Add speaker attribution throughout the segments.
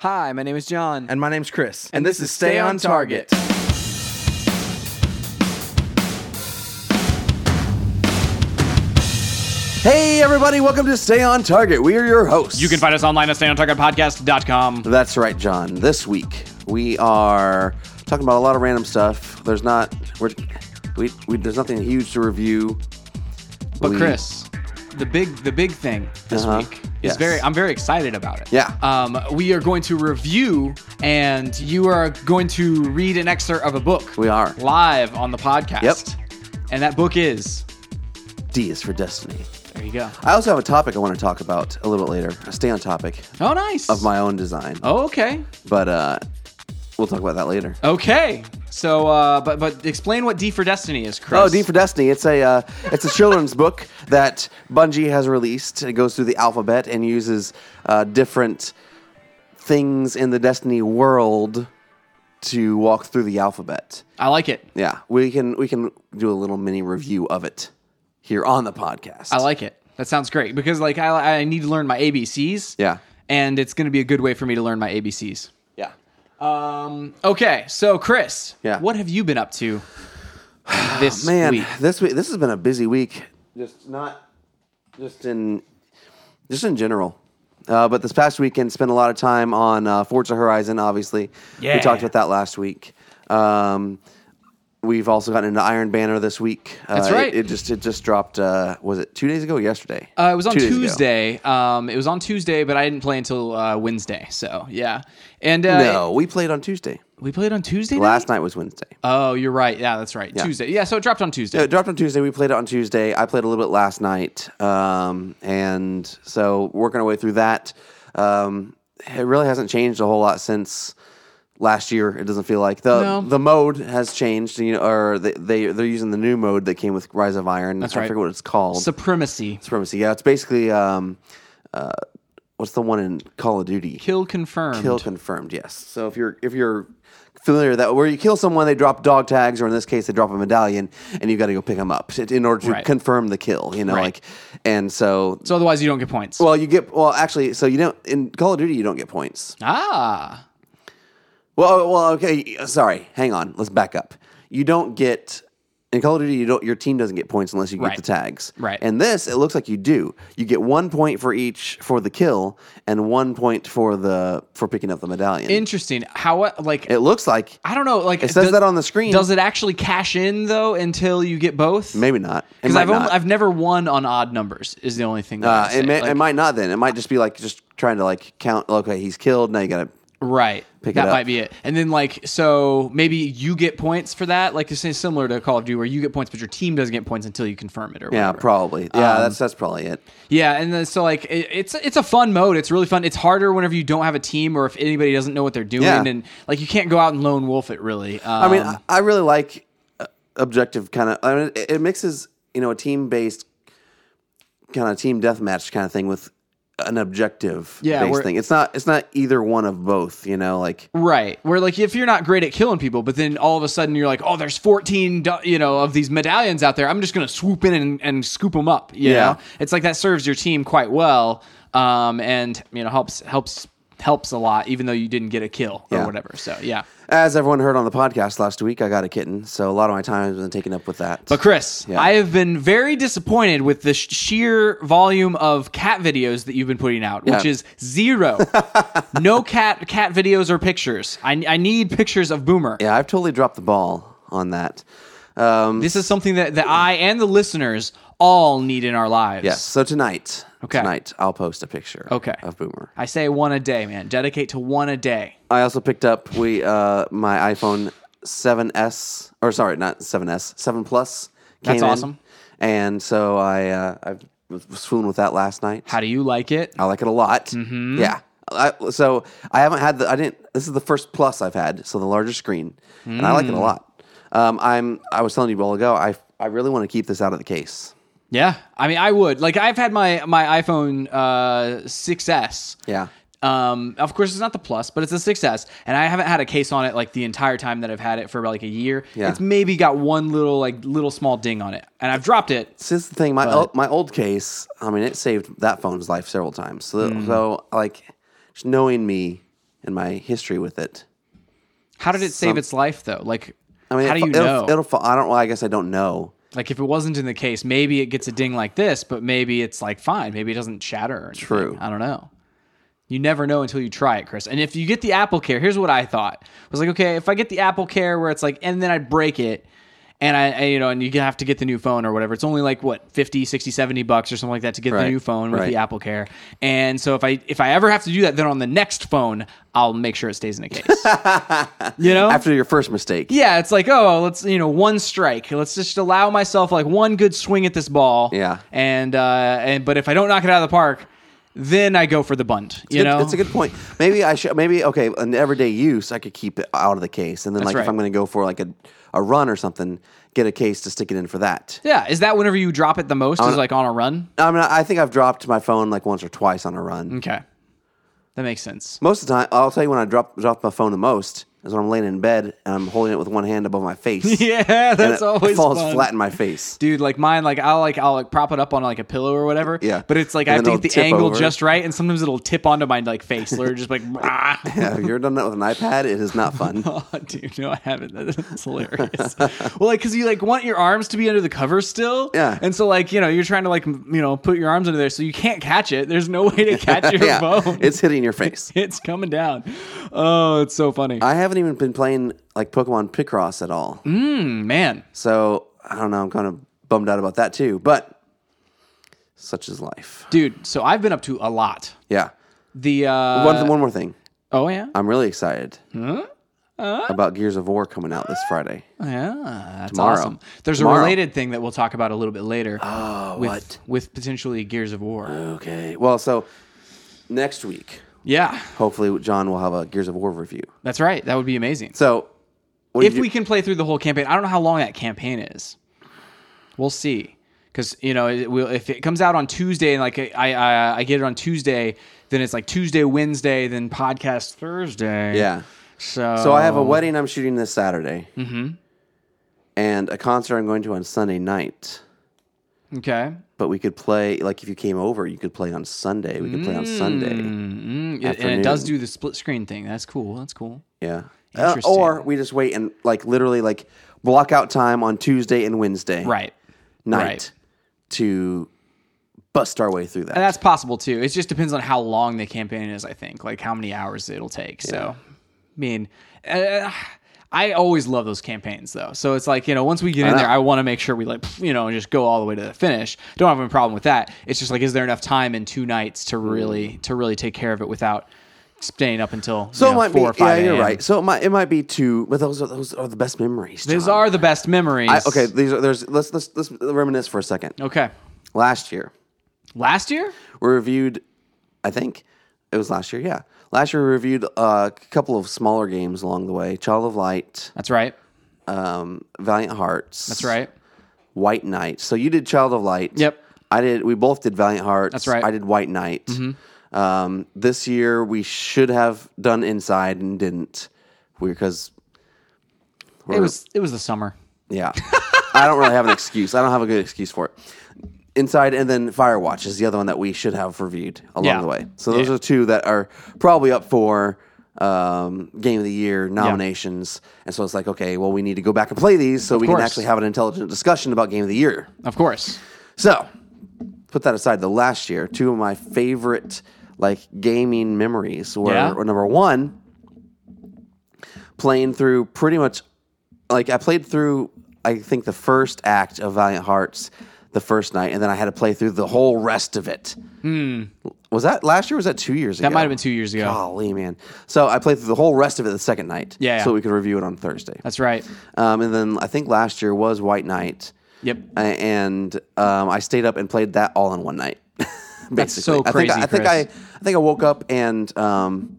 Speaker 1: Hi, my name is John.
Speaker 2: And my name's Chris. And, this, is Stay on Target. Hey, everybody, welcome to Stay on Target. We are your hosts.
Speaker 3: You can find us online at standontargetpodcast.com.
Speaker 2: That's right, John. This week, we are talking about a lot of random stuff. There's not, we're, we, we, there's nothing huge to review.
Speaker 1: But
Speaker 2: We-
Speaker 1: Chris, the big the big thing this
Speaker 2: Uh-huh.
Speaker 1: week is
Speaker 2: Yes.
Speaker 1: very um, I'm very excited about it.
Speaker 2: Yeah.
Speaker 1: Um, we are going to review and you are going to read an excerpt of a book.
Speaker 2: We are.
Speaker 1: live on the podcast. And that book is
Speaker 2: D is for Destiny.
Speaker 1: there you go.
Speaker 2: I also have a topic I want to talk about a little bit later. A stay on topic
Speaker 1: Oh nice.
Speaker 2: of my own design.
Speaker 1: Oh, okay.
Speaker 2: But uh, we'll talk about that later.
Speaker 1: Okay. So uh but but explain what D for Destiny is, Chris.
Speaker 2: Oh, D for Destiny. It's a uh, it's a children's book that Bungie has released. It goes through the alphabet and uses uh, different things in the Destiny world to walk through the alphabet.
Speaker 1: I like it.
Speaker 2: Yeah, we can we can do a little mini review of it here on the podcast.
Speaker 1: I like it. That sounds great because like I I need to learn my ABCs.
Speaker 2: Yeah.
Speaker 1: And it's going to be a good way for me to learn my ABCs.
Speaker 2: Yeah.
Speaker 1: Um. Okay. So, Chris.
Speaker 2: Yeah.
Speaker 1: What have you been up to this
Speaker 2: Man,
Speaker 1: week?
Speaker 2: this week this has been a busy week. Just not just in just in general. Uh, but this past weekend, spent a lot of time on uh, Forza Horizon. Obviously, we
Speaker 1: Yeah.
Speaker 2: talked about that last week. Um, we've also gotten into Iron Banner this week. Uh,
Speaker 1: That's
Speaker 2: it-
Speaker 1: right.
Speaker 2: It, just it just dropped. Uh, was it two days ago? or Yesterday?
Speaker 1: Uh, it was on
Speaker 2: Two days ago.
Speaker 1: Tuesday. Um. It was on Tuesday, but I didn't play until uh, Wednesday. So yeah. And uh,
Speaker 2: No, we played on Tuesday.
Speaker 1: we played on Tuesday.
Speaker 2: Last night was Wednesday.
Speaker 1: Oh, you're right. Yeah, that's right. Tuesday. Yeah. So it dropped on Tuesday.
Speaker 2: It dropped on Tuesday. We played it on Tuesday. I played a little bit last night, um, and so working our way through that. Um, it really hasn't changed a whole lot since last year. It doesn't feel like the
Speaker 1: No.
Speaker 2: the mode has changed. You know, or they, they they're using the new mode that came with Rise of Iron. That's I
Speaker 1: right.
Speaker 2: forget what it's called.
Speaker 1: Supremacy.
Speaker 2: Supremacy. Yeah, it's basically um, uh, what's the one in Call of Duty?
Speaker 1: Kill confirmed.
Speaker 2: Kill confirmed, yes. So if you're if you're familiar with that where you kill someone, they drop dog tags, or in this case, they drop a medallion, and you got to go pick them up to- in order to
Speaker 1: Right.
Speaker 2: confirm the kill. You know,
Speaker 1: Right.
Speaker 2: like, and so
Speaker 1: so otherwise, you don't get points.
Speaker 2: well, you get well actually. So you don't in Call of Duty, you don't get points.
Speaker 1: ah.
Speaker 2: Well, oh, well, okay. Sorry, hang on. Let's back up. You don't get. In Call of Duty, you don't, your team doesn't get points unless you get
Speaker 1: Right.
Speaker 2: the tags.
Speaker 1: Right.
Speaker 2: And this, it looks like you do. You get one point for each for the kill, and one point for the for picking up the medallion.
Speaker 1: Interesting. How uh, like
Speaker 2: it looks like
Speaker 1: I don't know. Like
Speaker 2: It says that on the screen.
Speaker 1: Does it actually cash in though until you get both?
Speaker 2: Maybe not. It
Speaker 1: Because
Speaker 2: might
Speaker 1: I've only,
Speaker 2: not.
Speaker 1: I've never won on odd numbers is the only thing. That
Speaker 2: uh,
Speaker 1: I
Speaker 2: it, may,
Speaker 1: like,
Speaker 2: it might not. Then it might just be like just trying to like count. Okay, he's killed. Now you gotta.
Speaker 1: right.
Speaker 2: pick it
Speaker 1: that
Speaker 2: up.
Speaker 1: might be it. And then like so maybe you get points for that. Like this is similar to Call of Duty where you get points but your team doesn't get points until you confirm it or
Speaker 2: Yeah,
Speaker 1: whatever. Um,
Speaker 2: probably. Yeah, that's that's probably it.
Speaker 1: yeah. And then so like it, it's it's a fun mode. It's really fun. It's harder whenever you don't have a team or if anybody doesn't know what they're doing
Speaker 2: Yeah.
Speaker 1: and like you can't go out and lone wolf it really. Um,
Speaker 2: I mean, I, I really like uh, objective kind of. I mean, it, it mixes you know a team based kind of team deathmatch kind of thing with an objective
Speaker 1: Yeah,
Speaker 2: based
Speaker 1: where-
Speaker 2: thing. It's not it's not either one of both. You know, like
Speaker 1: Right. Where like if you're not great at killing people, but then all of a sudden you're like, oh, there's 14, do- you know, of these medallions out there. I'm just gonna swoop in and, and scoop them up. You
Speaker 2: Yeah.
Speaker 1: know, it's like that serves your team quite well, um, and you know helps helps helps a lot, even though you didn't get a kill or
Speaker 2: Yeah.
Speaker 1: whatever. So yeah.
Speaker 2: as everyone heard on the podcast last week, I got a kitten, so a lot of my time has been taken up with that.
Speaker 1: But Chris,
Speaker 2: Yeah.
Speaker 1: I have been very disappointed with the sh- sheer volume of cat videos that you've been putting out, which
Speaker 2: Yeah.
Speaker 1: is zero. no cat cat videos or pictures. I, I need pictures of Boomer.
Speaker 2: yeah, I've totally dropped the ball on that. Um,
Speaker 1: This is something that, that I and the listeners all need in our lives.
Speaker 2: Yes. So tonight,
Speaker 1: Okay.
Speaker 2: tonight I'll post a picture
Speaker 1: Okay.
Speaker 2: of Boomer.
Speaker 1: I say one a day, man. Dedicate to one a day.
Speaker 2: I also picked up we uh my iPhone 7s or sorry, not 7s, 7 Plus. Came
Speaker 1: That's
Speaker 2: in,
Speaker 1: awesome.
Speaker 2: And so I uh, I was fooling with that last night.
Speaker 1: How do you like it?
Speaker 2: I like it a lot. Mm-hmm. Yeah. I, so I haven't had the I didn't. This is the first Plus I've had, so the larger screen, and I like it
Speaker 1: Mm.
Speaker 2: a lot. Um, I'm I was telling you a while ago. I I really want to keep this out of the case.
Speaker 1: Yeah. I mean, I would. Like, I've had my, my iPhone uh, 6S.
Speaker 2: Yeah.
Speaker 1: Um, of course, it's not the plus, but it's a 6S. And I haven't had a case on it like the entire time that I've had it for about like a year.
Speaker 2: Yeah.
Speaker 1: It's maybe got one little, like, little small ding on it. And I've dropped it.
Speaker 2: Since the thing, my old, my old case,
Speaker 1: Mm.
Speaker 2: I mean, it saved that phone's life several times. So, so like, just knowing me, and my history with it.
Speaker 1: How did it save
Speaker 2: Some-
Speaker 1: its life though? Like,
Speaker 2: I mean,
Speaker 1: how do
Speaker 2: it'll-
Speaker 1: you
Speaker 2: it'll,
Speaker 1: know?
Speaker 2: It'll, fa- I don't. Well, I guess I don't know.
Speaker 1: like, if it wasn't in the case, maybe it gets a ding like this, but maybe it's like fine. Maybe it doesn't shatter. Or anything.
Speaker 2: True.
Speaker 1: I don't know. You never know until you try it, Chris. And if you get the Apple Care, here's what I thought: I was like, okay, if I get the Apple Care, where it's like, and then I break it. And I, and, you know, and you have to get the new phone or whatever. It's only like what 50, 60, 70 bucks or something like that to get the
Speaker 2: Right.
Speaker 1: new phone with
Speaker 2: Right.
Speaker 1: the Apple Care. And so if I if I ever have to do that, then on the next phone, I'll make sure it stays in a case. you know,
Speaker 2: After your first mistake,
Speaker 1: yeah, it's like, oh, let's you know, one strike. Let's just allow myself like one good swing at this ball.
Speaker 2: Yeah.
Speaker 1: And uh, and but if I don't knock it out of the park, then I go for the bunt. you
Speaker 2: Good-
Speaker 1: know,
Speaker 2: it's a good point. Maybe I should. Maybe okay. In everyday use, I could keep it out of the case, and then like if
Speaker 1: right.
Speaker 2: I'm going to go for like a a run or something, get a case to stick it in for that.
Speaker 1: Yeah, is that whenever you drop it the most? Is like on a run?
Speaker 2: I mean, I think I've dropped my phone like once or twice on a run.
Speaker 1: Okay, that makes sense.
Speaker 2: Most of the time, I'll tell you when I drop drop my phone the most is when I'm laying in bed and I'm holding it with one hand above my face.
Speaker 1: Yeah,
Speaker 2: and
Speaker 1: that's
Speaker 2: it
Speaker 1: always
Speaker 2: falls
Speaker 1: fun.
Speaker 2: flat in my face.
Speaker 1: Dude, like mine, like I'll like I'll like prop it up on like a pillow or whatever.
Speaker 2: Yeah.
Speaker 1: But it's like I
Speaker 2: And
Speaker 1: have
Speaker 2: then
Speaker 1: to get
Speaker 2: it'll
Speaker 1: the
Speaker 2: tip
Speaker 1: angle
Speaker 2: over.
Speaker 1: just right, and sometimes it'll tip onto my like face, or just like, ah.
Speaker 2: Yeah, if you're done that with an iPad, it is not fun.
Speaker 1: Oh, dude, no, I haven't. That's hilarious. well, like, because you like want your arms to be under the cover still,
Speaker 2: Yeah.
Speaker 1: And so, like, you know, you're trying to like, m- you know, put your arms under there, so you can't catch it. There's no way to catch your
Speaker 2: yeah,
Speaker 1: phone. It's
Speaker 2: it's hitting your face.
Speaker 1: it's coming down. Oh, it's so funny,
Speaker 2: I haven't even been playing like Pokemon Picross at all,
Speaker 1: Mm. man.
Speaker 2: so I don't know. I'm kind of bummed out about that too, but such is life.
Speaker 1: Dude, so I've been up to a lot.
Speaker 2: Yeah.
Speaker 1: The uh,
Speaker 2: One, one more thing.
Speaker 1: oh yeah,
Speaker 2: I'm really excited
Speaker 1: Uh?
Speaker 2: about Gears of War coming out this Friday.
Speaker 1: yeah, that's
Speaker 2: Tomorrow.
Speaker 1: awesome. There's
Speaker 2: Tomorrow.
Speaker 1: a related thing that we'll talk about a little bit later. Oh, with,
Speaker 2: what?
Speaker 1: with potentially Gears of War?
Speaker 2: Okay. Well, so next week,
Speaker 1: yeah,
Speaker 2: hopefully, John will have a Gears of War review.
Speaker 1: that's right. That would be amazing.
Speaker 2: So, what did
Speaker 1: if
Speaker 2: you-
Speaker 1: we can play through the whole campaign. I don't know how long that campaign is. We'll see, because you know, it will, if it comes out on Tuesday and like I, I I get it on Tuesday, then it's like Tuesday, Wednesday, then podcast Thursday.
Speaker 2: yeah.
Speaker 1: So
Speaker 2: So I have a wedding I'm shooting this Saturday, mm-hmm. and a concert I'm going to on Sunday night.
Speaker 1: okay. Mm,
Speaker 2: But we could play like if you came over, you could play on Sunday. We could play on Sunday.
Speaker 1: Mm, it- and it does
Speaker 2: Afternoon.
Speaker 1: do the split screen thing. That's cool. That's cool.
Speaker 2: Yeah. Uh,
Speaker 1: Interesting.
Speaker 2: or we just wait and like literally like block out time on Tuesday and Wednesday
Speaker 1: Right.
Speaker 2: night
Speaker 1: right.
Speaker 2: to bust our way through that.
Speaker 1: And that's possible too. It just depends on how long the campaign is, I think, like how many hours it'll take. So, I mean, uh, I always love those campaigns though. So it's like, you know, once we get
Speaker 2: Uh-huh.
Speaker 1: in there, I want to make sure we like, you know, just go all the way to the finish. Don't have any problem with that. It's just like, is there enough time in two nights to really, to really take care of it without staying up until
Speaker 2: Mm. so
Speaker 1: you know,
Speaker 2: it might
Speaker 1: four or
Speaker 2: be. Yeah,
Speaker 1: five
Speaker 2: you're
Speaker 1: a.m.?
Speaker 2: right. So it might it might be two, but those are, those are the best memories.
Speaker 1: Those
Speaker 2: John.
Speaker 1: are the best memories.
Speaker 2: I, okay. These are there's let's let's let's reminisce for a second.
Speaker 1: Okay.
Speaker 2: Last year,
Speaker 1: Last year?
Speaker 2: we reviewed i think it was last year yeah last year we reviewed uh, a couple of smaller games along the way child of light
Speaker 1: That's right.
Speaker 2: um, valiant hearts
Speaker 1: That's right.
Speaker 2: white knight so you did child of light
Speaker 1: Yep.
Speaker 2: i did we both did valiant hearts
Speaker 1: That's right. Mm-hmm.
Speaker 2: i did white knight um, this year we should have done inside and didn't because
Speaker 1: It was, it was the summer.
Speaker 2: yeah i don't really have an excuse i don't have a good excuse for it inside and then firewatch is the other one that we should have reviewed along
Speaker 1: Yeah.
Speaker 2: the way so those
Speaker 1: Yeah.
Speaker 2: are two that are probably up for um, game of the year nominations and so it's like okay well we need to go back and play these so we can
Speaker 1: course.
Speaker 2: actually have an intelligent discussion about game of the year
Speaker 1: Of course.
Speaker 2: so put that aside the last year two of my favorite like gaming memories were,
Speaker 1: Yeah.
Speaker 2: were number one playing through pretty much like I played through I think the first act of Valiant Hearts the first night, and then I had to play through the whole rest of it. Was that last year? or Was that two years ago?
Speaker 1: Hmm. That might have been two years ago.
Speaker 2: Golly, man! So I played through the whole rest of it the second night.
Speaker 1: Yeah.
Speaker 2: So we could review it on Thursday.
Speaker 1: That's right.
Speaker 2: Um, and then I think last year was White Knight.
Speaker 1: Yep.
Speaker 2: A- Uh, And um, I stayed up and played that all in one night. Basically,
Speaker 1: so crazy,
Speaker 2: I think I, I
Speaker 1: Chris.
Speaker 2: think I, I think I woke up and um,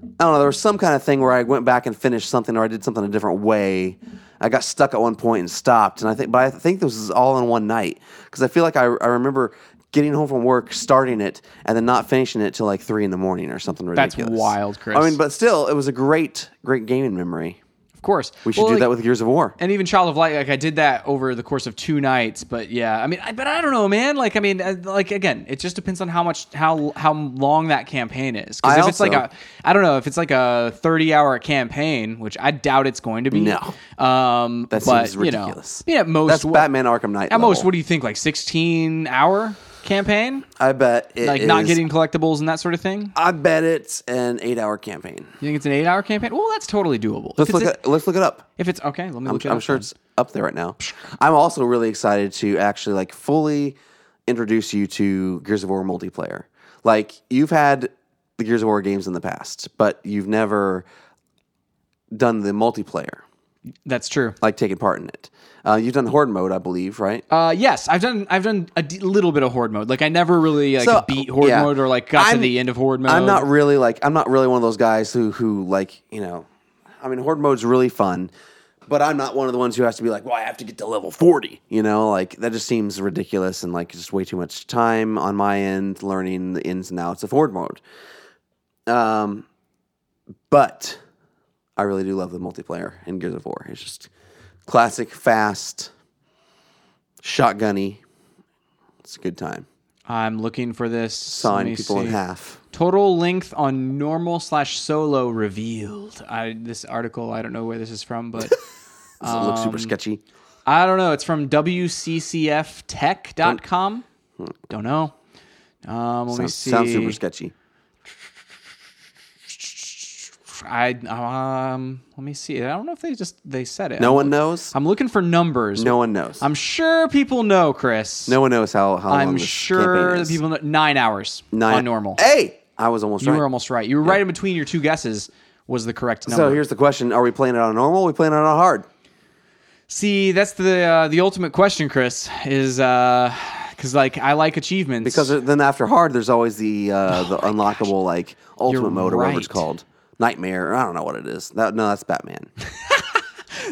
Speaker 2: I don't know. There was some kind of thing where I went back and finished something, or I did something a different way. I got stuck at one point and stopped, and I think, but I think this was all in one night because I feel like I, I remember getting home from work, starting it, and then not finishing it till like three in the morning or something ridiculous.
Speaker 1: wild, Chris.
Speaker 2: I mean, but still, it was a great, great gaming memory.
Speaker 1: Of Of course.
Speaker 2: We should do that with Gears of War.
Speaker 1: and even Child of Light, like I did that over the course of two nights, but yeah, I mean, I, but I don't know, man. Like, I mean, uh, like again, it just depends on how much, how how long that campaign is. Because
Speaker 2: I
Speaker 1: if it's like
Speaker 2: also-
Speaker 1: a, I don't know, if it's like a thirty-hour campaign, which I doubt it's going to be.
Speaker 2: No.
Speaker 1: um,
Speaker 2: That
Speaker 1: but,
Speaker 2: seems
Speaker 1: you know,
Speaker 2: ridiculous.
Speaker 1: I mean, at most,
Speaker 2: That's
Speaker 1: what-
Speaker 2: Batman Arkham Knight.
Speaker 1: At most,
Speaker 2: level.
Speaker 1: what do you think? Like sixteen hour campaign,
Speaker 2: I bet it
Speaker 1: like not
Speaker 2: is-
Speaker 1: getting collectibles and that sort of thing.
Speaker 2: I bet it's an eight-hour campaign.
Speaker 1: You think it's an eight-hour campaign? Well, that's totally doable.
Speaker 2: Let's
Speaker 1: if, it's
Speaker 2: look.
Speaker 1: a-
Speaker 2: At, let's look it up.
Speaker 1: if it's okay, let me
Speaker 2: I'm,
Speaker 1: look. it
Speaker 2: I'm
Speaker 1: up
Speaker 2: sure
Speaker 1: then.
Speaker 2: it's up there right now. I'm also really excited to actually like fully introduce you to Gears of War multiplayer. Like you've had the Gears of War games in the past, but you've never done the multiplayer,
Speaker 1: that's true.
Speaker 2: like taken part in it. Uh, you've done Horde mode, I believe, right?
Speaker 1: Uh, yes, I've done I've done a d- little bit of horde mode. Like I never really like
Speaker 2: So,
Speaker 1: beat horde
Speaker 2: yeah.
Speaker 1: mode or like got
Speaker 2: I'm-
Speaker 1: to the end of horde mode.
Speaker 2: I'm not really like I'm not really one of those guys who who like you know, I mean horde mode's really fun, but I'm not one of the ones who has to be like, well, I have to get to level forty. You know, like that just seems ridiculous and like just way too much time on my end learning the ins and outs of horde mode. Um, but I really do love the multiplayer in Gears of War. It's just classic, fast, shotgunny. It's a good time.
Speaker 1: I'm looking for this. Let
Speaker 2: Sawing
Speaker 1: me
Speaker 2: people in
Speaker 1: see.
Speaker 2: half.
Speaker 1: Total length on normal slash solo revealed. I this article I don't know where this is from, but
Speaker 2: So it
Speaker 1: Um,
Speaker 2: looks super sketchy.
Speaker 1: I don't know. It's from wccftech.com. Don't know. Um, let me
Speaker 2: Hmm. Sounds,
Speaker 1: see.
Speaker 2: sounds super sketchy.
Speaker 1: I um, let me see. I don't know if they just they said it.
Speaker 2: No one knows.
Speaker 1: I'm looking for numbers.
Speaker 2: No one knows.
Speaker 1: I'm sure people know, Chris.
Speaker 2: no one knows how how long
Speaker 1: I'm
Speaker 2: this
Speaker 1: sure
Speaker 2: campaign
Speaker 1: that
Speaker 2: is.
Speaker 1: people know nine hours
Speaker 2: Nine-
Speaker 1: on normal.
Speaker 2: Hey, I was almost
Speaker 1: You
Speaker 2: right.
Speaker 1: were almost right. You were right in between your two guesses was the correct number.
Speaker 2: so here's the question: Are we playing it on normal? Or are we playing it on hard?
Speaker 1: See, that's the uh, the ultimate question, Chris. Is because like I like achievements
Speaker 2: Because then after hard, there's always the uh, the unlockable like ultimate
Speaker 1: Oh You're
Speaker 2: mode or whatever it's
Speaker 1: right.
Speaker 2: called, nightmare. or I don't know what it is. That, no, that's Batman.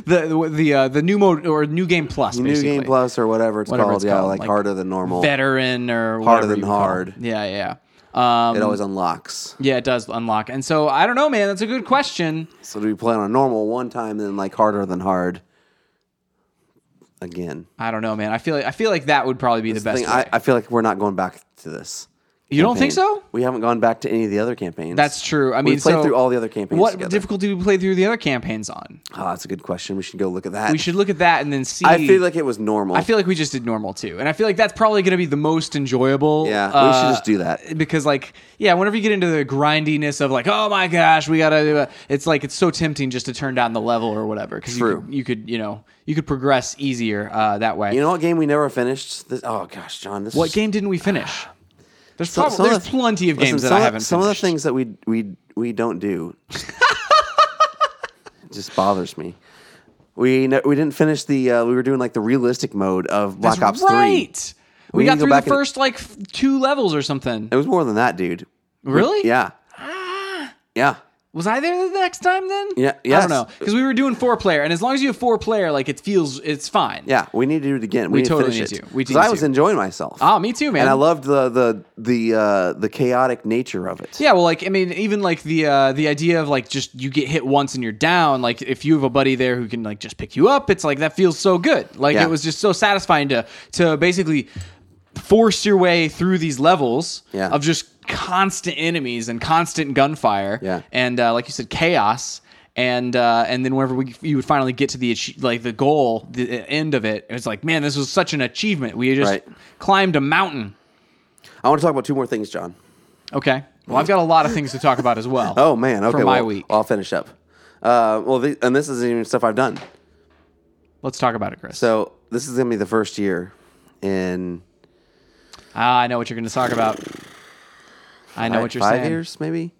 Speaker 1: the the uh, the new mode or new game plus,
Speaker 2: New
Speaker 1: basically.
Speaker 2: game plus or whatever it's
Speaker 1: Whatever
Speaker 2: called.
Speaker 1: it's
Speaker 2: yeah,
Speaker 1: called,
Speaker 2: like,
Speaker 1: like
Speaker 2: harder than normal.
Speaker 1: veteran or
Speaker 2: Harder
Speaker 1: whatever
Speaker 2: than
Speaker 1: you would call
Speaker 2: hard.
Speaker 1: it. Yeah, yeah. yeah. Um,
Speaker 2: It always unlocks.
Speaker 1: yeah, it does unlock. And so I don't know, man. That's a good question.
Speaker 2: So do we play it on normal one time, then like harder than hard again?
Speaker 1: I don't know, man. I feel like I feel like that would probably be the best.
Speaker 2: thing,
Speaker 1: way.
Speaker 2: I, I feel like we're not going back to this.
Speaker 1: you don't think
Speaker 2: campaign.
Speaker 1: so?
Speaker 2: We haven't gone back to any of the other campaigns.
Speaker 1: That's true. I mean,
Speaker 2: we played
Speaker 1: so
Speaker 2: through all the other campaigns
Speaker 1: What
Speaker 2: together.
Speaker 1: difficulty did we play through the other campaigns on?
Speaker 2: oh, that's a good question. We should go look at that.
Speaker 1: We should look at that and then see.
Speaker 2: I feel like it was normal.
Speaker 1: I feel like we just did normal too, and I feel like that's probably going to be the most enjoyable.
Speaker 2: yeah, we should just do that.
Speaker 1: that because, like, yeah, whenever you get into the grindiness of like, oh my gosh, we gotta, do it," it's like it's so tempting just to turn down the level or whatever because
Speaker 2: True.
Speaker 1: you, could- you could, you know, you could progress easier uh, that way.
Speaker 2: You know what game we never finished? This, oh gosh, John, this
Speaker 1: what
Speaker 2: is-
Speaker 1: game didn't we finish? There's
Speaker 2: some-
Speaker 1: probably
Speaker 2: some of
Speaker 1: there's
Speaker 2: the-
Speaker 1: plenty of
Speaker 2: listen,
Speaker 1: games that
Speaker 2: some
Speaker 1: I
Speaker 2: of-
Speaker 1: haven't.
Speaker 2: Some of the
Speaker 1: finished.
Speaker 2: things that we we we don't do just bothers me. We ne- we didn't finish the uh, we were doing like the realistic mode of Black Ops Three.
Speaker 1: right. We,
Speaker 2: We need
Speaker 1: got
Speaker 2: to go
Speaker 1: through
Speaker 2: back
Speaker 1: the
Speaker 2: and-
Speaker 1: first like f- two levels or something.
Speaker 2: It was more than that, dude.
Speaker 1: Really?
Speaker 2: Yeah,
Speaker 1: Ah.
Speaker 2: yeah.
Speaker 1: Was I there the next time then?
Speaker 2: Yeah,
Speaker 1: I
Speaker 2: yes.
Speaker 1: don't know because we were doing four player, and as long as you have four player, like it feels it's fine.
Speaker 2: Yeah, we need to do it again. We, need
Speaker 1: totally
Speaker 2: to finish
Speaker 1: need
Speaker 2: it.
Speaker 1: to. We
Speaker 2: 'Cause
Speaker 1: need
Speaker 2: I was
Speaker 1: to.
Speaker 2: enjoying myself.
Speaker 1: Ah, me too, man.
Speaker 2: and I loved the the the uh, the chaotic nature of it.
Speaker 1: Yeah, well, like I mean, even like the uh, the idea of like just you get hit once and you're down. Like if you have a buddy there who can like just pick you up, it's like that feels so good. Like
Speaker 2: Yeah.
Speaker 1: it was just so satisfying to to basically force your way through these levels
Speaker 2: Yeah.
Speaker 1: of just constant enemies and constant gunfire.
Speaker 2: Yeah.
Speaker 1: and uh, like you said, chaos. And uh, and then whenever we you would finally get to the ach- like the goal, the uh, end of it, it's like man, this was such an achievement. We just
Speaker 2: Right.
Speaker 1: climbed a mountain.
Speaker 2: I want to talk about two more things, John.
Speaker 1: Okay. Well, I've got a lot of things to talk about as well.
Speaker 2: Oh man, okay.
Speaker 1: For my
Speaker 2: well,
Speaker 1: week.
Speaker 2: I'll finish up. Uh, well, the, and this isn't even stuff I've done.
Speaker 1: Let's talk about it, Chris.
Speaker 2: So this is gonna be the first year in
Speaker 1: ah, I know what you're going to talk about. I know
Speaker 2: five,
Speaker 1: what you're
Speaker 2: five
Speaker 1: saying. Hmm.
Speaker 2: years, maybe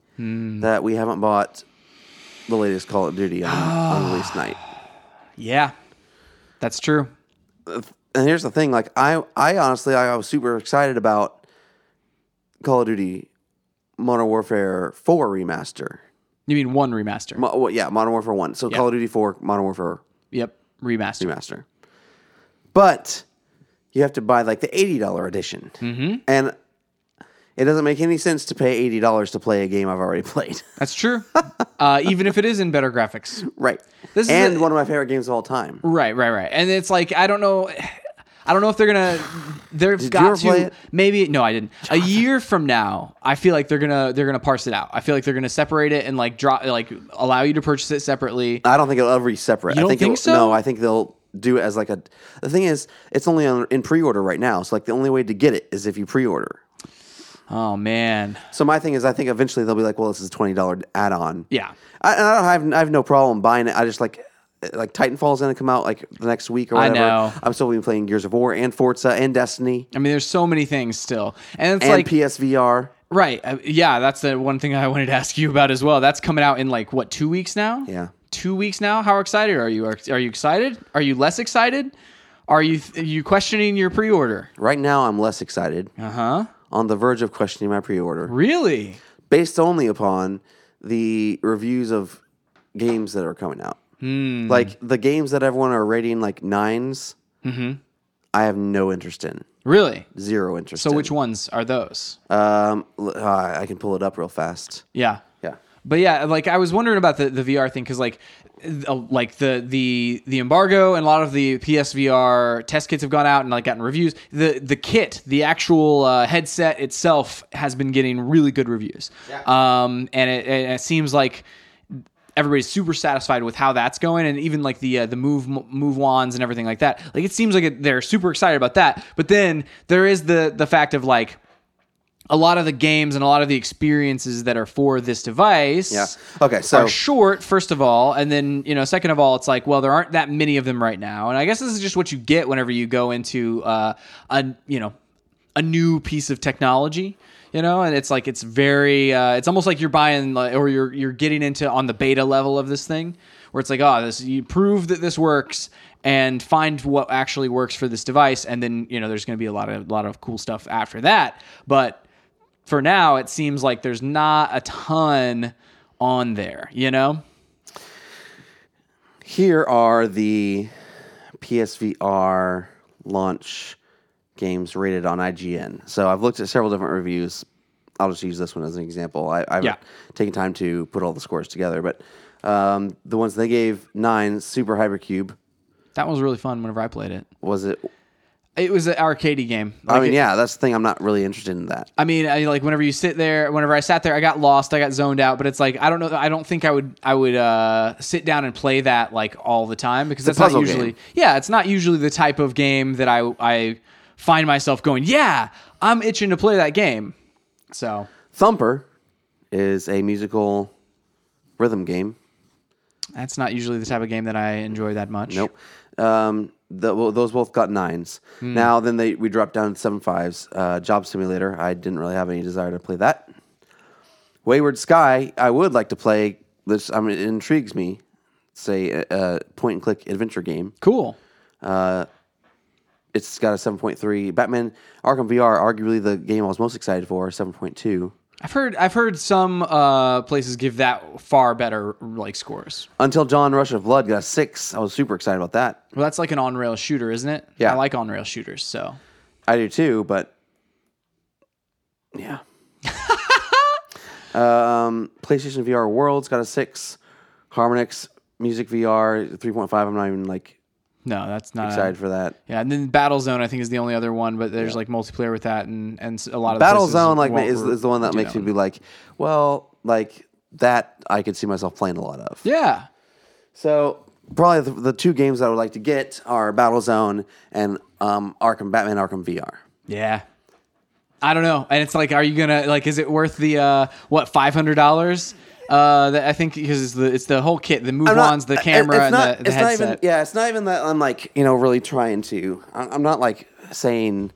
Speaker 2: that we haven't bought the latest Call of Duty on, on release night.
Speaker 1: Yeah, that's true.
Speaker 2: And here's the thing: like I, I honestly, I was super excited about Call of Duty Modern Warfare Four remaster.
Speaker 1: You mean one remaster?
Speaker 2: Mo- well, yeah, Modern Warfare One. So Call of Duty Four, Modern Warfare
Speaker 1: yep, remaster.
Speaker 2: remaster.
Speaker 1: Mm-hmm.
Speaker 2: But you have to buy like the eighty dollar edition, and It doesn't make any sense to pay eighty dollars to play a game I've already played.
Speaker 1: That's true. uh, even if it is in better graphics.
Speaker 2: right.
Speaker 1: This is
Speaker 2: and
Speaker 1: a-
Speaker 2: one of my favorite games of all time.
Speaker 1: Right, right, right. And it's like I don't know. I don't know if they're gonna. They've
Speaker 2: Did you
Speaker 1: got
Speaker 2: ever play
Speaker 1: to
Speaker 2: it?
Speaker 1: maybe no, I didn't. A year from now, I feel like they're gonna they're gonna parse it out. I feel like they're gonna separate it and like drop like allow you to purchase it separately.
Speaker 2: I don't think it'll ever be separate.
Speaker 1: You
Speaker 2: I
Speaker 1: don't
Speaker 2: think,
Speaker 1: think
Speaker 2: it'll-
Speaker 1: so?
Speaker 2: No, I think they'll do it as like a. The thing is, it's only on, in pre-order right now. So like the only way to get it is if you pre-order.
Speaker 1: Oh man,
Speaker 2: So my thing is, I think eventually they'll be like, well, this is a twenty dollar add-on.
Speaker 1: yeah.
Speaker 2: I, and I don't I have I have no problem buying it. I just like like Titanfall's gonna come out like the next week or
Speaker 1: I
Speaker 2: whatever.
Speaker 1: know.
Speaker 2: I'm still gonna be playing Gears of War and Forza and Destiny
Speaker 1: I mean, there's so many things still, and it's
Speaker 2: and
Speaker 1: like
Speaker 2: PSVR.
Speaker 1: right, uh, yeah. That's the one thing I wanted to ask you about as well. That's coming out in like what two weeks now?
Speaker 2: Yeah.
Speaker 1: two weeks now. How excited are you? Are, are you excited? Are you less excited? Are you are you questioning your pre-order?
Speaker 2: Right now, I'm less excited.
Speaker 1: Uh huh.
Speaker 2: On the verge of questioning my pre-order,
Speaker 1: Really?
Speaker 2: based only upon the reviews of games that are coming out.
Speaker 1: Hmm.
Speaker 2: Like the games that everyone are rating like 9s
Speaker 1: Mm-hmm.
Speaker 2: I have no interest in.
Speaker 1: Really?
Speaker 2: Zero interest.
Speaker 1: So
Speaker 2: in.
Speaker 1: which ones are those?
Speaker 2: Um, l- uh, I can pull it up real fast.
Speaker 1: Yeah.
Speaker 2: Yeah.
Speaker 1: But yeah, like I was wondering about the, the VR thing because like, th- uh, like the the the embargo and a lot of the PSVR test kits have gone out and like gotten reviews. The the kit, the actual uh, headset itself, has been getting really good reviews. Um, and it, and it seems like everybody's super satisfied with how that's going and even like the uh, the move move wands and everything like that like it seems like it, they're super excited about that but then there is the the fact of like a lot of the games and a lot of the experiences that are for this device
Speaker 2: Yeah. Okay. So
Speaker 1: are short first of all and then you know second of all it's like well there aren't that many of them right now and i guess this is just what you get whenever you go into uh, a you know a new piece of technology you know and it's like it's very uh, it's almost like you're buying like, or you're you're getting into on the beta level of this thing where it's like oh this you prove that this works and find what actually works for this device and then you know there's going to be a lot of lot of cool stuff after that but for now it seems like there's not a ton on there you know
Speaker 2: Here are the PSVR launch games rated on IGN. So I've looked at several different reviews. I'll just use this one as an example. I, I've
Speaker 1: Yeah.
Speaker 2: taken time to put all the scores together, but um, the ones they gave nine, Super Hypercube,
Speaker 1: that was really fun whenever i played it
Speaker 2: was it?
Speaker 1: it was an arcade game
Speaker 2: I
Speaker 1: Like,
Speaker 2: mean,
Speaker 1: it-
Speaker 2: yeah, that's the thing. I'm not really interested in that.
Speaker 1: I mean, I like whenever you sit there, whenever I sat there, I got lost, I got zoned out, but it's like I don't know I don't think I would I would uh sit down and play that like all the time because
Speaker 2: It's a
Speaker 1: that's not
Speaker 2: puzzle
Speaker 1: usually
Speaker 2: game.
Speaker 1: Yeah, it's not usually the type of game that I I find myself going, "Yeah, I'm itching to play that game." So,
Speaker 2: Thumper is a musical rhythm game.
Speaker 1: that's not usually the type of game that I enjoy that much.
Speaker 2: Nope. Um, the, well, those both got nines. Now then they we dropped down to seven fives. Uh, Job Simulator. I didn't really have any desire to play that. Wayward Sky. I would like to play. This I mean, it intrigues me. Say a, a point and click adventure game.
Speaker 1: Cool.
Speaker 2: It's got a seven point three. Batman Arkham VR. Arguably the game I was most excited for. Seven point two.
Speaker 1: I've heard I've heard some uh places give that far better like scores.
Speaker 2: Until John Rush of Blood got a six. I was super excited about that.
Speaker 1: Well, that's like an on-rail shooter, isn't it?
Speaker 2: Yeah.
Speaker 1: I like on-rail shooters, so
Speaker 2: I do too, but yeah. um, PlayStation VR World's got a six. Harmonix Music VR three point five. I'm not even like
Speaker 1: no, that's not
Speaker 2: excited for that.
Speaker 1: Yeah, and then Battle Zone I think is the only other one, but there's like multiplayer with that, and and s- a lot of the
Speaker 2: Battle
Speaker 1: places
Speaker 2: Zone like
Speaker 1: won't
Speaker 2: is,
Speaker 1: re-
Speaker 2: is the one that
Speaker 1: do
Speaker 2: makes me be like, well, like that I could see myself playing a lot of.
Speaker 1: Yeah,
Speaker 2: So probably the, the two games that I would like to get are Battle Zone and um, Arkham Batman Arkham VR.
Speaker 1: yeah. I don't know, and it's like, are you gonna like? Is it worth the uh what five hundred dollars? Uh, that I think because it's the it's the whole kit, the move
Speaker 2: I'm not- uh,
Speaker 1: wands, the
Speaker 2: it-
Speaker 1: camera,
Speaker 2: it's
Speaker 1: and
Speaker 2: not-
Speaker 1: the, the
Speaker 2: it's
Speaker 1: headset.
Speaker 2: Not even, yeah, it's not even that I'm like you know really trying to. I'm I'm not like saying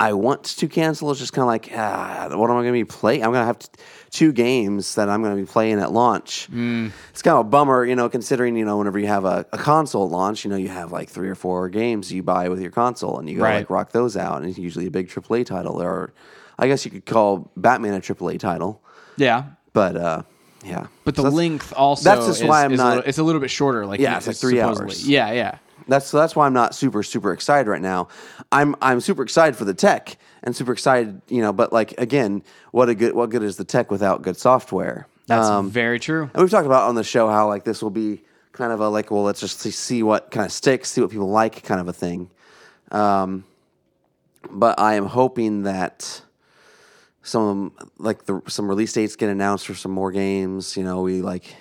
Speaker 2: I want to cancel. It's just kind of like ah, what am I going to be playing? I'm going to have t- two games that I'm going to be playing at launch.
Speaker 1: Hmm.
Speaker 2: It's kind of a bummer, you know, considering you know whenever you have a, a console launch, you know you have like three or four games you buy with your console, and you go
Speaker 1: Right.
Speaker 2: like rock those out, and it's usually a big AAA title. Or I guess you could call Batman a AAA title,
Speaker 1: Yeah,
Speaker 2: but uh, yeah,
Speaker 1: but the
Speaker 2: So that's-
Speaker 1: length also
Speaker 2: that's just
Speaker 1: is-
Speaker 2: why I'm
Speaker 1: is a
Speaker 2: not-
Speaker 1: little- it's a little bit shorter. Like
Speaker 2: Yeah, it's like three
Speaker 1: supposedly.
Speaker 2: hours.
Speaker 1: Yeah, yeah.
Speaker 2: That's so that's why I'm not super super excited right now. I'm I'm super excited for the tech and super excited, you know. But like again, what a good what good is the tech without good software?
Speaker 1: That's
Speaker 2: Um,
Speaker 1: very true.
Speaker 2: And we've talked about on the show how like this will be kind of a like, well, let's just see- see what kind of sticks, see what people like, kind of a thing. Um, but I am hoping that some like the some release dates get announced for some more games. You know, we like,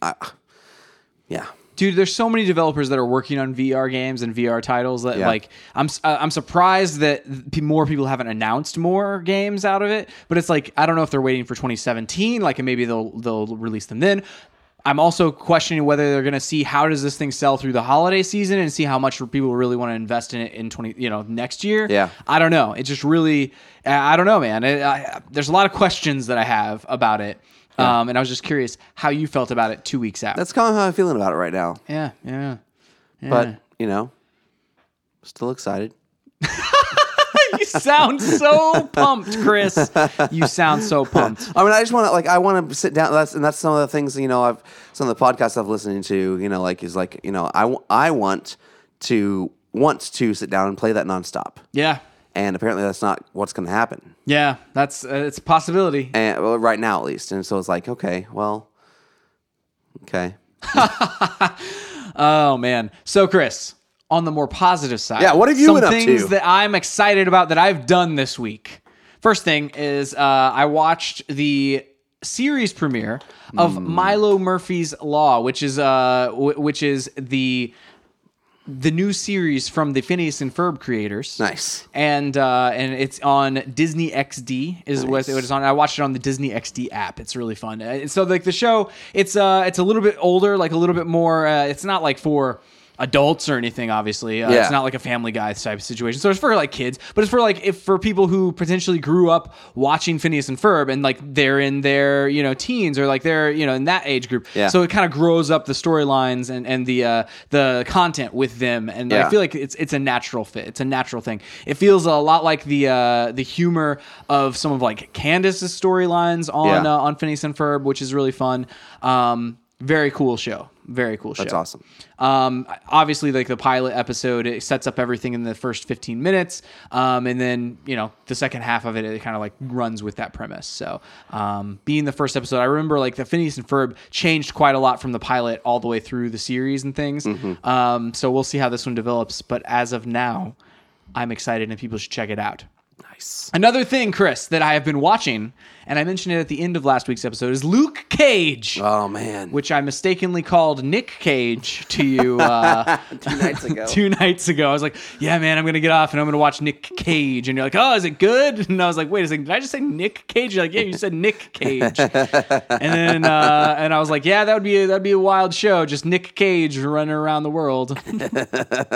Speaker 2: I, yeah,
Speaker 1: dude there's so many developers that are working on vr games and vr titles that
Speaker 2: Yeah.
Speaker 1: like i'm s- uh, i'm surprised that p- more people haven't announced more games out of it but it's like i don't know if they're waiting for 2017 like and maybe they'll they'll release them then i'm also questioning whether they're going to see how does this thing sell through the holiday season and see how much people really want to invest in it in 20 you know next year
Speaker 2: Yeah.
Speaker 1: i don't know it just really uh, i don't know man it, I, there's a lot of questions that i have about it um, and i was just curious how you felt about it two weeks out
Speaker 2: that's kind of how I'm feeling about it right now.
Speaker 1: yeah yeah
Speaker 2: But you know, still excited.
Speaker 1: you sound so pumped, Chris. You sound so pumped.
Speaker 2: I mean, I just want to like I want to sit down. That's and that's some of the things you know. I've some of the podcasts I've listened to. You know, like is like you know I w- I want to want to sit down and play that nonstop.
Speaker 1: Yeah,
Speaker 2: And apparently, that's not what's going to happen.
Speaker 1: yeah. That's uh, it's a possibility.
Speaker 2: And well, right now, at least. And so it's like, okay, well, okay,
Speaker 1: Oh man. So Chris, on the more positive side,
Speaker 2: Yeah, what have you
Speaker 1: some
Speaker 2: been up
Speaker 1: things
Speaker 2: to?
Speaker 1: that I'm excited about that I've done this week. First thing is uh, I watched the series premiere of Milo Murphy's Law, which is uh, w- which is the the new series from the Phineas and Ferb creators.
Speaker 2: nice.
Speaker 1: and uh, and it's on Disney XD is what
Speaker 2: Nice.
Speaker 1: it's on. I watched it on the Disney XD app. It's really fun. Uh, So like the show, it's uh, it's a little bit older, like a little bit more. Uh, it's not like for adults or anything. Obviously, uh,
Speaker 2: Yeah.
Speaker 1: it's not like a Family Guy type situation. So it's for like kids, but it's for like if for people who potentially grew up watching Phineas and Ferb and like they're in their you know teens or like they're you know in that age group.
Speaker 2: Yeah.
Speaker 1: So it kind of grows up the storylines and and the uh, the content with them. And
Speaker 2: Yeah.
Speaker 1: I feel like like it's it's a natural fit. It's a natural thing. It feels a lot like the uh, the humor of some of like Candace's storylines on
Speaker 2: Yeah.
Speaker 1: uh, on Phineas and Ferb, which is really fun. Um, very cool show. Very cool show.
Speaker 2: That's awesome.
Speaker 1: Um, obviously, like the pilot episode, it sets up everything in the first 15 minutes. Um, and then, you know, the second half of it, it kind of like runs with that premise. So, um, being the first episode, I remember like the Phineas and Ferb changed quite a lot from the pilot all the way through the series and things. Um, so we'll see how this one develops. But as of now, I'm excited and people should check it out.
Speaker 2: Nice.
Speaker 1: Another thing, Chris, that I have been watching, and I mentioned it at the end of last week's episode, is Luke Cage
Speaker 2: Oh man,
Speaker 1: which I mistakenly called Nick Cage to you uh,
Speaker 2: two nights ago.
Speaker 1: two nights ago. I was like, "Yeah, man, I'm gonna get off and I'm gonna watch Nick Cage," and you're like, "Oh, is it good?" And I was like, "Wait a second, did I just say Nick Cage?" You're like, "Yeah, you said Nick Cage," and then uh, and I was like, "Yeah, that would be that'd be a wild show, just Nick Cage running around the world,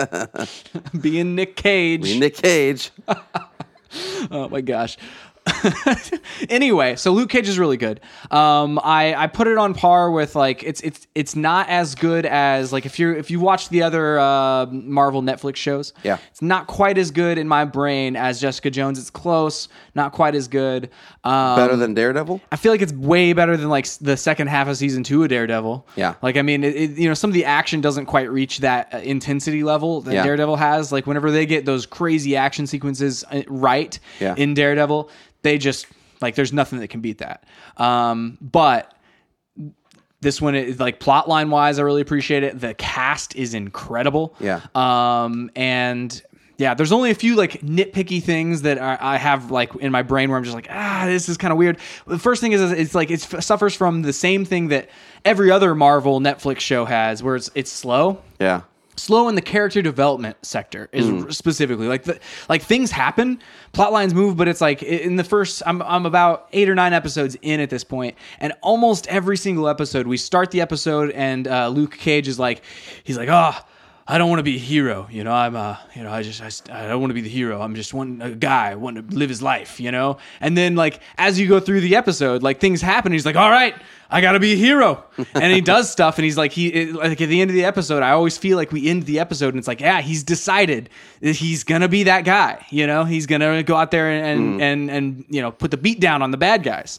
Speaker 1: being Nick Cage."
Speaker 2: Nick Cage.
Speaker 1: Oh my gosh. anyway, so Luke Cage is really good. Um, I, I put it on par with like it's it's it's not as good as like if you if you watch the other uh, Marvel Netflix shows.
Speaker 2: Yeah.
Speaker 1: it's not quite as good in my brain as Jessica Jones. It's close, not quite as good. Um,
Speaker 2: Better than Daredevil.
Speaker 1: I feel like it's way better than like s- the second half of season two of Daredevil.
Speaker 2: Yeah.
Speaker 1: Like I mean, it, it- you know, some of the action doesn't quite reach that uh, intensity level that
Speaker 2: Yeah.
Speaker 1: Daredevil has. Like whenever they get those crazy action sequences uh, right
Speaker 2: Yeah.
Speaker 1: in Daredevil, they just like there's nothing that can beat that. Um, but this one is like plot line wise, I really appreciate it. The cast is incredible.
Speaker 2: Yeah.
Speaker 1: Um, and yeah, there's only a few like nitpicky things that are, I have like in my brain where I'm just like, ah, this is kind of weird. The first thing is, is it's like it suffers from the same thing that every other Marvel Netflix show has, where it's it's slow
Speaker 2: Yeah.
Speaker 1: slow in the character development sector is specifically like the, like things happen plot lines move but it's like i- in the first I'm, I'm about eight or nine episodes in at this point and almost every single episode we start the episode and uh, luke cage is like he's like ah I don't want to be a hero, you know. I'm, uh, you know, I just, I, st- I don't want to be the hero. I'm just one a guy, want to live his life, you know. And then, like, as you go through the episode, like things happen. He's like, "All right, I gotta be a hero," and he does stuff. And he's like, he it- like at the end of the episode, I always feel like we end the episode, and it's like, yeah, he's decided that he's gonna be that guy. You know, he's gonna go out there and and and, and you know put the beat down on the bad guys.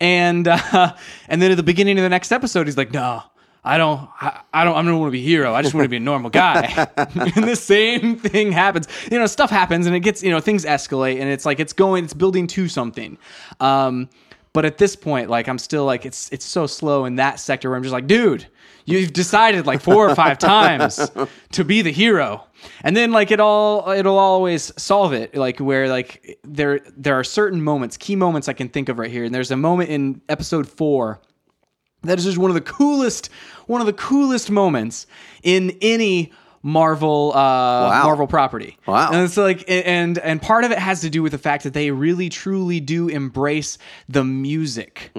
Speaker 1: And uh, and then at the beginning of the next episode, he's like, "No, I don't, I, I don't, I don't want to be a hero. I just want to be a normal guy. and the same thing happens. You know, stuff happens and it gets, you know, things escalate and it's like it's going, it's building to something. Um, but at this point, like I'm still like it's it's so slow in that sector where I'm just like, dude, you've decided like four or five times to be the hero, and then like it all it'll always solve it. Like where like there there are certain moments, key moments I can think of right here, and there's a moment in episode four that is just one of the coolest one of the coolest moments in any Marvel uh, Marvel property.
Speaker 2: Wow.
Speaker 1: And it's like and and part of it has to do with the fact that they really truly do embrace the music.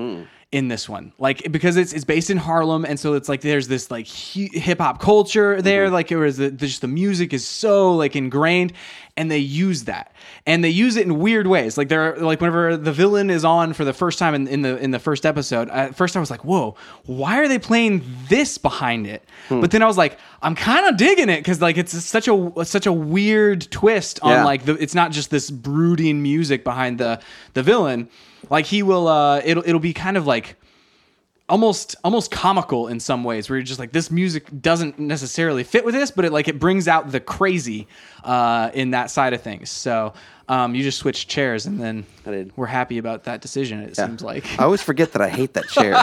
Speaker 1: In this one, like because it's it's based in Harlem, and so it's like there's this like hip hop culture there, like it was the, the- just the music is so like ingrained, and they use that, and they use it in weird ways. Like they're like whenever the villain is on for the first time in, in the in the first episode, at first I was like, whoa, why are they playing this behind it? But then I was like, I'm kind of digging it because like it's such a such a weird twist on
Speaker 2: Yeah.
Speaker 1: like the, it's not just this brooding music behind the the villain. Like he will, uh, it'll it'll be kind of like almost almost comical in some ways where you're just like this music doesn't necessarily fit with this but it like it brings out the crazy uh in that side of things so um you just switched chairs and then
Speaker 2: did.
Speaker 1: we're happy about that decision it seems like
Speaker 2: I always forget that I hate that chair.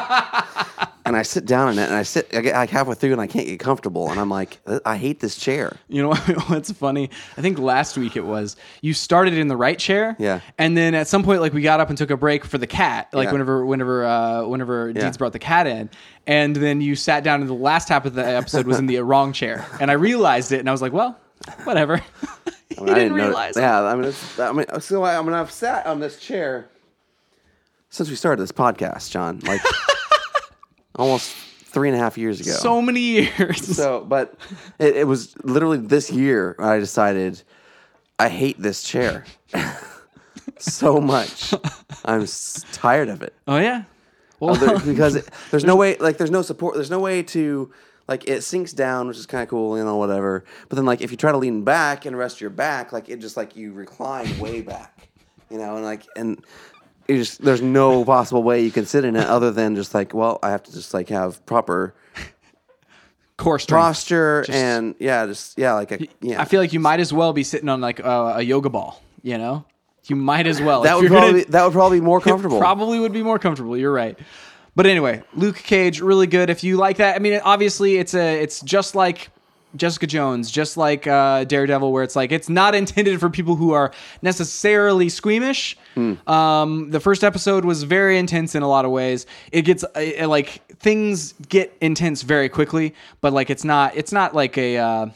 Speaker 2: and I sit down in it and I sit I get like halfway through and I can't get comfortable and I'm like, I hate this chair.
Speaker 1: you know what's funny i think last week it was you started in the right chair
Speaker 2: Yeah.
Speaker 1: and then at some point like we got up and took a break for the cat like
Speaker 2: Yeah.
Speaker 1: whenever whenever uh whenever
Speaker 2: Yeah.
Speaker 1: deeds brought the cat in and then you sat down and the last half of the episode was in the wrong chair and i realized it and i was like well whatever
Speaker 2: I,
Speaker 1: You
Speaker 2: I
Speaker 1: didn't
Speaker 2: know-
Speaker 1: realize.
Speaker 2: Yeah, I mean, it's, I mean, so I, I mean, I've sat on this chair since we started this podcast, John. Like almost three and a half years ago.
Speaker 1: so many years.
Speaker 2: So, but it, it was literally this year I decided I hate this chair so much. I'm s- tired of it
Speaker 1: oh yeah. Well,
Speaker 2: Other- because it, there's no way, like, there's no support. There's no way to like it sinks down, which is kind of cool, you know, whatever. But then, like, if you try to lean back and rest your back, like it just like you recline way back, you know, and like and. You just, there's no possible way you can sit in it other than just like, well, I have to just like have proper
Speaker 1: core strength.
Speaker 2: posture and yeah, just yeah, like a, yeah.
Speaker 1: I feel like you might as well be sitting on like uh, a yoga ball. You know, you might as well.
Speaker 2: that
Speaker 1: If
Speaker 2: would
Speaker 1: you're gonna-
Speaker 2: probably that would probably be more comfortable.
Speaker 1: It probably would be more comfortable. You're right. But anyway, Luke Cage, really good. If you like that, I mean, obviously, it's a, it's just like Jessica Jones, just like uh, Daredevil, where it's like it's not intended for people who are necessarily squeamish.
Speaker 2: Hmm.
Speaker 1: Um, the first episode was very intense in a lot of ways. It gets uh, like things get intense very quickly, but like it's not, it's not like a. Uh,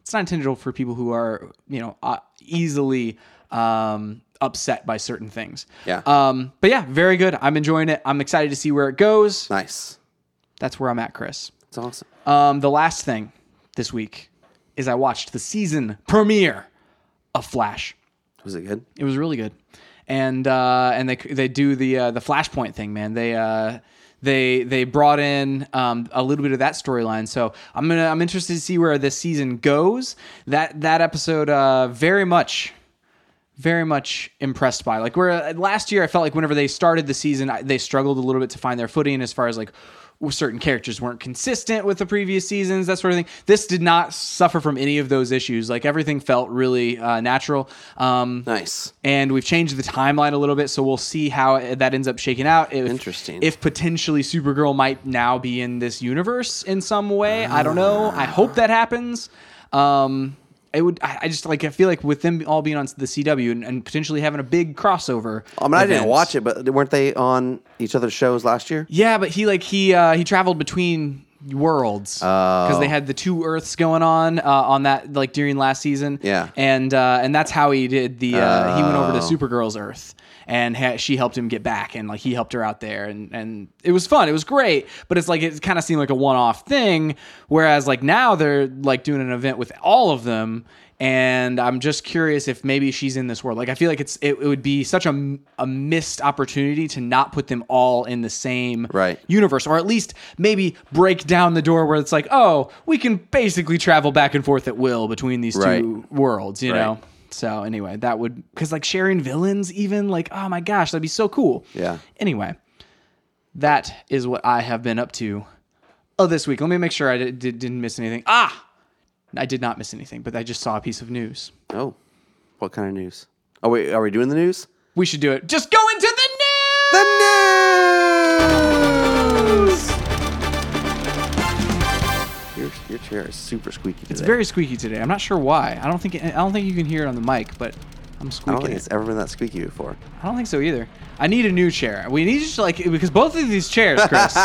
Speaker 1: it's not intended for people who are you know uh, easily um, upset by certain things.
Speaker 2: Yeah.
Speaker 1: Um, but yeah, very good. I'm enjoying it. I'm excited to see where it goes.
Speaker 2: nice.
Speaker 1: That's where I'm at, Chris.
Speaker 2: It's awesome.
Speaker 1: Um, the last thing this week is I watched the season premiere of Flash.
Speaker 2: Was it good?
Speaker 1: It was really good, and uh, and they they do the uh, the Flashpoint thing, man. They uh, they they brought in um, a little bit of that storyline, so I'm gonna I'm interested to see where this season goes. That that episode uh, very much. Very much impressed by like where uh, last year I felt like whenever they started the season I, they struggled a little bit to find their footing as far as like w- certain characters weren't consistent with the previous seasons that sort of thing. This did not suffer from any of those issues. Like everything felt really uh, natural. Um,
Speaker 2: Nice.
Speaker 1: and we've changed the timeline a little bit, so we'll see how that ends up shaking out. If,
Speaker 2: Interesting.
Speaker 1: If potentially Supergirl might now be in this universe in some way, I don't know. I hope that happens. Um, it would. I, I just like. I feel like with them all being on the CW and, and potentially having a big crossover.
Speaker 2: Oh, I mean, I didn't
Speaker 1: event-
Speaker 2: watch it, but weren't they on each other's shows last year?
Speaker 1: Yeah, but he like he uh, he traveled between worlds because
Speaker 2: Oh.
Speaker 1: they had the two Earths going on uh, on that like during last season.
Speaker 2: Yeah. Oh.
Speaker 1: and uh, and that's how he did the. Uh, he went over to Supergirl's Earth, and ha- she helped him get back, and like he helped her out there, and and it was fun. It was great, but it's like it kind of seemed like a one off thing. Whereas like now they're like doing an event with all of them. And I'm just curious if maybe she's in this world. Like, I feel like it's it, it would be such a, a missed opportunity to not put them all in the same
Speaker 2: Right.
Speaker 1: universe, or at least maybe break down the door where it's like, oh, we can basically travel back and forth at will between these
Speaker 2: Right.
Speaker 1: two worlds, you
Speaker 2: Right.
Speaker 1: know? So anyway, that would because like sharing villains, even like, oh my gosh, that'd be so cool.
Speaker 2: Yeah.
Speaker 1: Anyway, that is what I have been up to of this week. Let me make sure I did, did, didn't miss anything. Ah, I did not miss anything, but I just saw a piece of news.
Speaker 2: Oh, what kind of news? Are we are we doing the news?
Speaker 1: We should do it. Just go into the news.
Speaker 2: The news. Your, your chair is super squeaky. Today.
Speaker 1: It's very squeaky today. I'm not sure why. I don't think I don't think you can hear it on the mic, but I'm
Speaker 2: I
Speaker 1: squeaking.
Speaker 2: don't think
Speaker 1: it.
Speaker 2: it's ever been that squeaky before.
Speaker 1: I don't think so either. I need a new chair. We need just like because both of these chairs, Chris.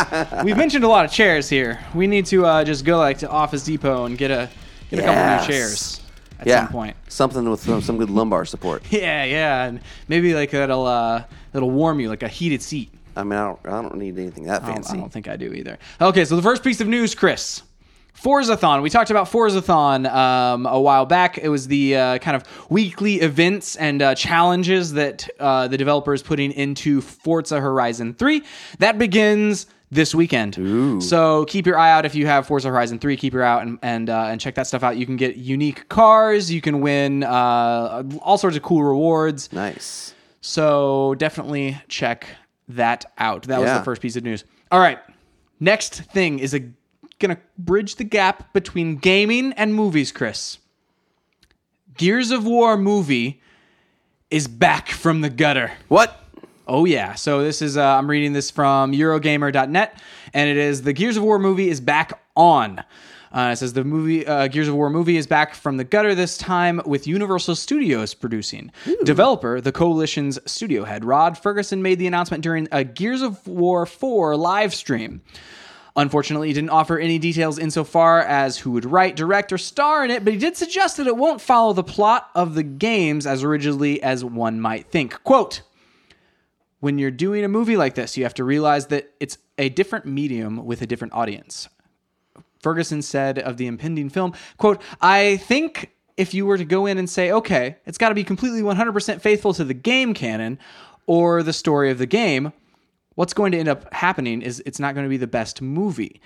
Speaker 1: we've mentioned a lot of chairs here. We need to uh, just go like to Office Depot and get a get a couple
Speaker 2: Yes.
Speaker 1: new chairs at
Speaker 2: yeah,
Speaker 1: some point.
Speaker 2: something with some, some good lumbar support.
Speaker 1: Yeah, yeah, and maybe like that'll uh, that'll warm you like a heated seat.
Speaker 2: I mean, I don't I don't need anything that
Speaker 1: Oh, I don't- I
Speaker 2: fancy.
Speaker 1: don't think I do either. Okay, so the first piece of news, Chris. Forzathon. We talked about Forzathon um, a while back. It was the uh, kind of weekly events and uh, challenges that uh, the developer is putting into Forza Horizon 3. That begins this weekend. So keep your eye out if you have Forza Horizon 3. Keep your eye out and and, uh, and check that stuff out. You can get unique cars. You can win uh, all sorts of cool rewards.
Speaker 2: Nice.
Speaker 1: So definitely check that out. That was
Speaker 2: Yeah.
Speaker 1: the first piece of news. All right. Next thing is a gonna bridge the gap between gaming and movies, Chris. Gears of War movie is back from the gutter.
Speaker 2: What?
Speaker 1: Oh yeah. So this is uh, I'm reading this from Eurogamer.net, and it is the Gears of War movie is back on. Uh, it says the movie uh, Gears of War movie is back from the gutter this time with Universal Studios producing. Developer, the coalition's studio head Rod Ferguson made the announcement during a Gears of War 4 live stream. Unfortunately, he didn't offer any details insofar as who would write, direct, or star in it, but he did suggest that it won't follow the plot of the games as originally as one might think. Quote when you're doing a movie like this, you have to realize that it's a different medium with a different audience. Ferguson said of the impending film, quote, I think if you were to go in and say, okay, it's got to be completely 100% faithful to the game canon or the story of the game, what's going to end up happening is it's not going to be the best movie.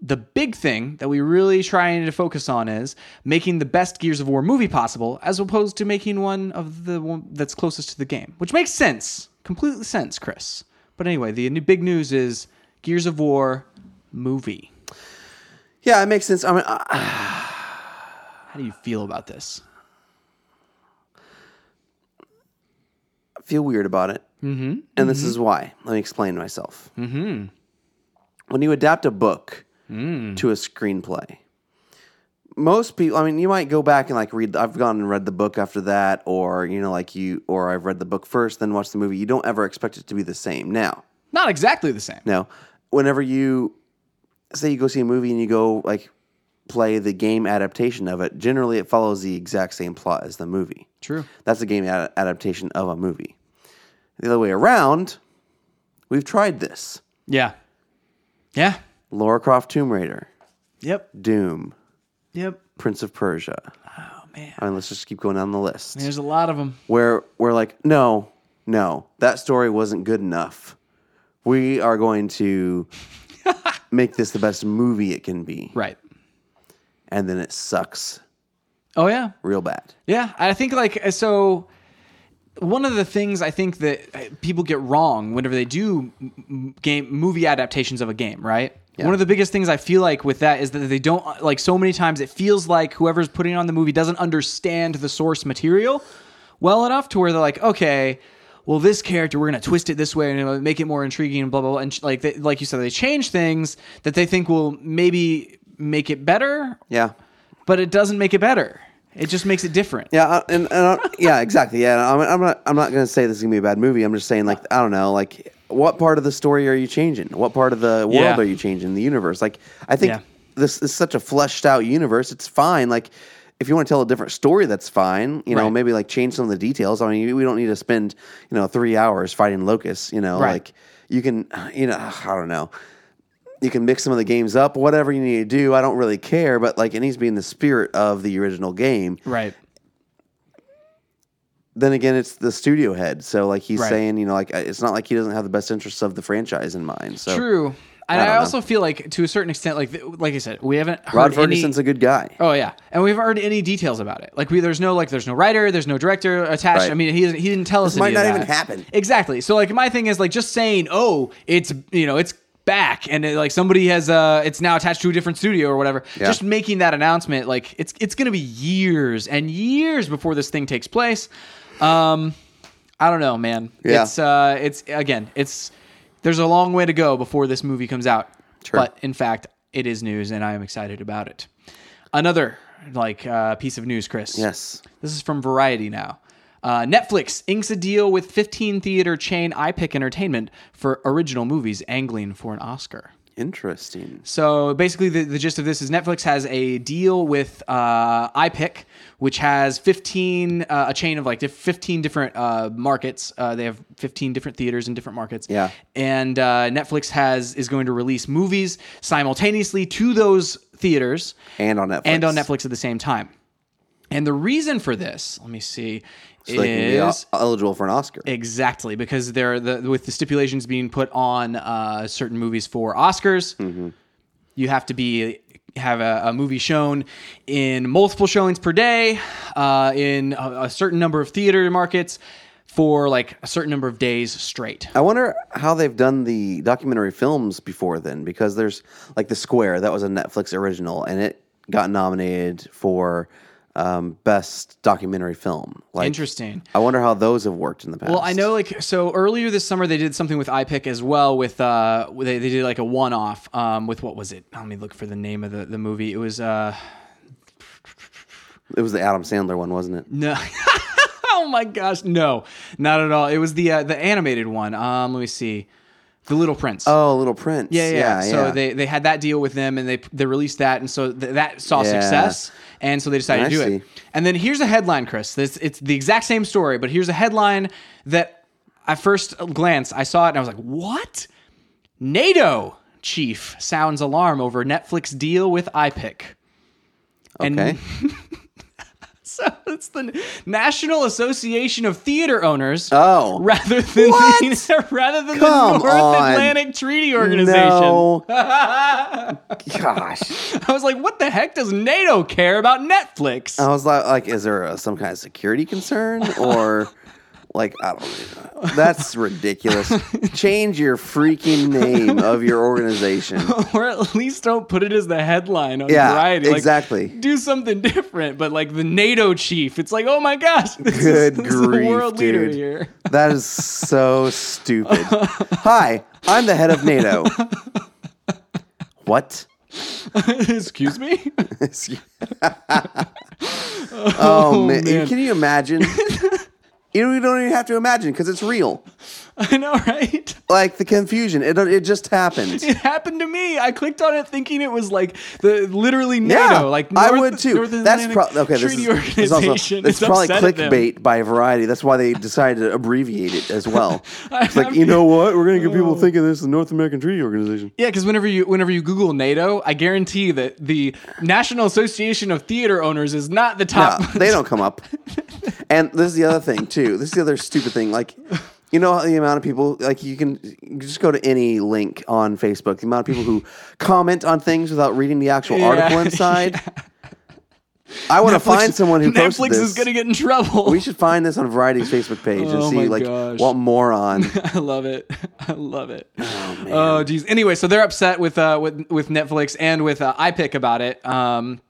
Speaker 1: The big thing that we really trying to focus on is making the best Gears of War movie possible, as opposed to making one of the one that's closest to the game, which makes sense, completely sense, Chris. But anyway, the new big news is Gears of War movie.
Speaker 2: Yeah, it makes sense. I mean, I-
Speaker 1: How do you feel about this?
Speaker 2: feel weird about it. Mm-hmm. And this is why. Let me explain myself. Mm-hmm. Mm. When you adapt a book to a screenplay, most people, I mean, you might go back and like read, I've gone and read the book after that, or, you know, like you, or I've read the book first, then watched the movie. You don't ever expect it to be the same. Now,
Speaker 1: Not exactly the same.
Speaker 2: now, whenever you say you go see a movie and you go like play the game adaptation of it, generally it follows the exact same plot as the movie.
Speaker 1: True.
Speaker 2: That's a game ad- adaptation of a movie. The other way around, we've tried this.
Speaker 1: Yeah. Yeah.
Speaker 2: Lara Croft Tomb Raider,
Speaker 1: Yep.
Speaker 2: Doom,
Speaker 1: Yep.
Speaker 2: Prince of Persia.
Speaker 1: Oh man.
Speaker 2: I mean, let's just keep going down the list.
Speaker 1: There's a lot of them.
Speaker 2: Where we're like, no, no, that story wasn't good enough. We are going to make this the best movie it can be.
Speaker 1: Right.
Speaker 2: And then it sucks
Speaker 1: Oh yeah.
Speaker 2: real bad.
Speaker 1: Yeah, I think like uh, so. One of the things I think that uh, people get wrong whenever they do m- m- game movie adaptations of a game, right? One of the biggest things I feel like with that is that they don't uh, like so many times it feels like whoever's putting on the movie doesn't understand the source material well enough to where they're like, okay, well this character we're gonna twist it this way and it'll make it more intriguing and blah blah blah. And sh- like they, like you said, they change things that they think will maybe make it better,
Speaker 2: Yeah.
Speaker 1: but it doesn't make it better. It just makes it different.
Speaker 2: Yeah, I- and, and I, yeah, exactly. Yeah, I'm, I'm not. I'm not going to say this is going to be a bad movie. I'm just saying, like, I don't know, like, what part of the story are you changing? What part of the world
Speaker 1: Yeah.
Speaker 2: are you changing? The universe, like, I think
Speaker 1: Yeah.
Speaker 2: this is such a fleshed out universe. It's fine. Like, if you want to tell a different story, that's fine. You know,
Speaker 1: Right.
Speaker 2: maybe like change some of the details. I mean, we don't need to spend you know three hours fighting locusts. You know,
Speaker 1: Right.
Speaker 2: like you can, you know, I don't know. You can mix some of the games up, whatever you need to do. I don't really care, but like it needs to be in the spirit of the original game
Speaker 1: Right.
Speaker 2: then again, it's the studio head. So like he's
Speaker 1: Right.
Speaker 2: saying, you know, like it's not like he doesn't have the best interests of the franchise in mind. So
Speaker 1: True. And
Speaker 2: don't
Speaker 1: I,
Speaker 2: know.
Speaker 1: also feel like to a certain extent, like th- like I said, we haven't heard
Speaker 2: Rod
Speaker 1: any-
Speaker 2: Ferguson's a good guy.
Speaker 1: Oh yeah, and we haven't heard any details about it. Like we, there's no like, there's no writer, there's no director attached.
Speaker 2: Right.
Speaker 1: I mean, he, doesn't- he didn't tell us.
Speaker 2: might
Speaker 1: any of
Speaker 2: not
Speaker 1: that.
Speaker 2: even happen.
Speaker 1: Exactly. So like, my thing is like just saying, oh, it's you know, it's back and it, like somebody has uh it's now attached to a different studio or whatever
Speaker 2: Yeah.
Speaker 1: just making that announcement like it's it's gonna be years and years before this thing takes place um i don't know man
Speaker 2: Yeah.
Speaker 1: it's uh it's again it's there's a long way to go before this movie comes out
Speaker 2: Sure.
Speaker 1: but in fact it is news and i am excited about it another like uh piece of news chris
Speaker 2: Yes.
Speaker 1: this is from Variety now. Uh, Netflix inks a deal with 15 theater chain iPic Entertainment for original movies angling for an Oscar.
Speaker 2: Interesting.
Speaker 1: So basically, the, the gist of this is Netflix has a deal with uh, iPic, which has 15, uh, a chain of like diff- 15 different uh, markets. Uh, they have 15 different theaters in different markets.
Speaker 2: Yeah.
Speaker 1: And uh, Netflix has is going to release movies simultaneously to those theaters
Speaker 2: And on Netflix.
Speaker 1: and on Netflix at the same time. And the reason for this, let me see,
Speaker 2: So they can be el-
Speaker 1: is
Speaker 2: eligible for an Oscar.
Speaker 1: exactly because they're the with the stipulations being put on uh, certain movies for Oscars, you have to be have a, a movie shown in multiple showings per day uh, in a, a certain number of theater markets for like a certain number of days straight.
Speaker 2: I wonder how they've done the documentary films before then, because there's like The Square that was a Netflix original, and it got nominated for um, best documentary film. Like,
Speaker 1: Interesting.
Speaker 2: I wonder how those have worked in the past.
Speaker 1: Well, I know like so earlier this summer they did something with iPic as well with uh they, they did like a one off um with what was it? Let me look for the name of the, the movie. It was uh
Speaker 2: it was the Adam Sandler one, wasn't it?
Speaker 1: no Oh my gosh, no. Not at all. It was the uh, the animated one. Um let me see. The Little Prince.
Speaker 2: Oh, Little Prince.
Speaker 1: yeah, yeah. yeah. So
Speaker 2: yeah.
Speaker 1: they they had that deal with them and they they released that and so th- that saw
Speaker 2: Yeah.
Speaker 1: success and so they decided
Speaker 2: I
Speaker 1: to do
Speaker 2: see.
Speaker 1: it. And then here's a headline, Chris. This it's the exact same story, but here's a headline that at first glance I saw it and I was like, "What? NATO chief sounds alarm over Netflix deal with iPic." And
Speaker 2: okay.
Speaker 1: so it's the National Association of Theater Owners.
Speaker 2: Oh.
Speaker 1: Rather than the, rather than
Speaker 2: Come
Speaker 1: the North
Speaker 2: on.
Speaker 1: Atlantic Treaty Organization.
Speaker 2: No. Gosh.
Speaker 1: I was like, what the heck does NATO care about Netflix?
Speaker 2: I was like, like, is there uh some kind of security concern or like I don't know. That's ridiculous. Change your freaking name of your organization.
Speaker 1: or at least don't put it as the headline on
Speaker 2: Yeah,
Speaker 1: Variety. Like,
Speaker 2: exactly.
Speaker 1: Do something different, but like the NATO chief, it's like, oh my gosh, this is-
Speaker 2: Good
Speaker 1: this is,
Speaker 2: grief,
Speaker 1: the world leader
Speaker 2: dude.
Speaker 1: here.
Speaker 2: That is so stupid. Hi, I'm the head of NATO. What?
Speaker 1: Excuse me?
Speaker 2: oh, man.
Speaker 1: man.
Speaker 2: Can you imagine? you don't- you don't even have to imagine because it's real.
Speaker 1: I know, right?
Speaker 2: Like the confusion, it, it just happened.
Speaker 1: It happened to me. I clicked on it thinking it was like the literally NATO, like
Speaker 2: I
Speaker 1: North-
Speaker 2: would too.
Speaker 1: North
Speaker 2: That's
Speaker 1: Atlantic
Speaker 2: probably okay. This
Speaker 1: Treaty
Speaker 2: is, this is also
Speaker 1: Organization.
Speaker 2: it's
Speaker 1: is
Speaker 2: probably
Speaker 1: upset at them.
Speaker 2: clickbait by Variety. That's why they decided to abbreviate it as well. It's like
Speaker 1: I'm-
Speaker 2: you know what? We're gonna get
Speaker 1: Oh.
Speaker 2: people thinking this is the North American Treaty Organization.
Speaker 1: Yeah, because whenever you whenever you Google NATO, I guarantee that the National Association of Theater Owners is not the
Speaker 2: No,
Speaker 1: top.
Speaker 2: they don't come up. And this is the other thing too. This is the other stupid thing. Like, you know the amount of people like you can you can just go to any link on Facebook. The amount of people who comment on things without reading the actual
Speaker 1: Yeah.
Speaker 2: article inside. I want to find someone who posted
Speaker 1: Netflix
Speaker 2: this.
Speaker 1: is going to get in trouble.
Speaker 2: We should find this on Variety's Facebook page and
Speaker 1: Oh my
Speaker 2: see like
Speaker 1: gosh.
Speaker 2: what moron.
Speaker 1: I love it. I love it. Oh geez. Anyway, so they're upset with uh with with Netflix and with uh, iPic about it. Um,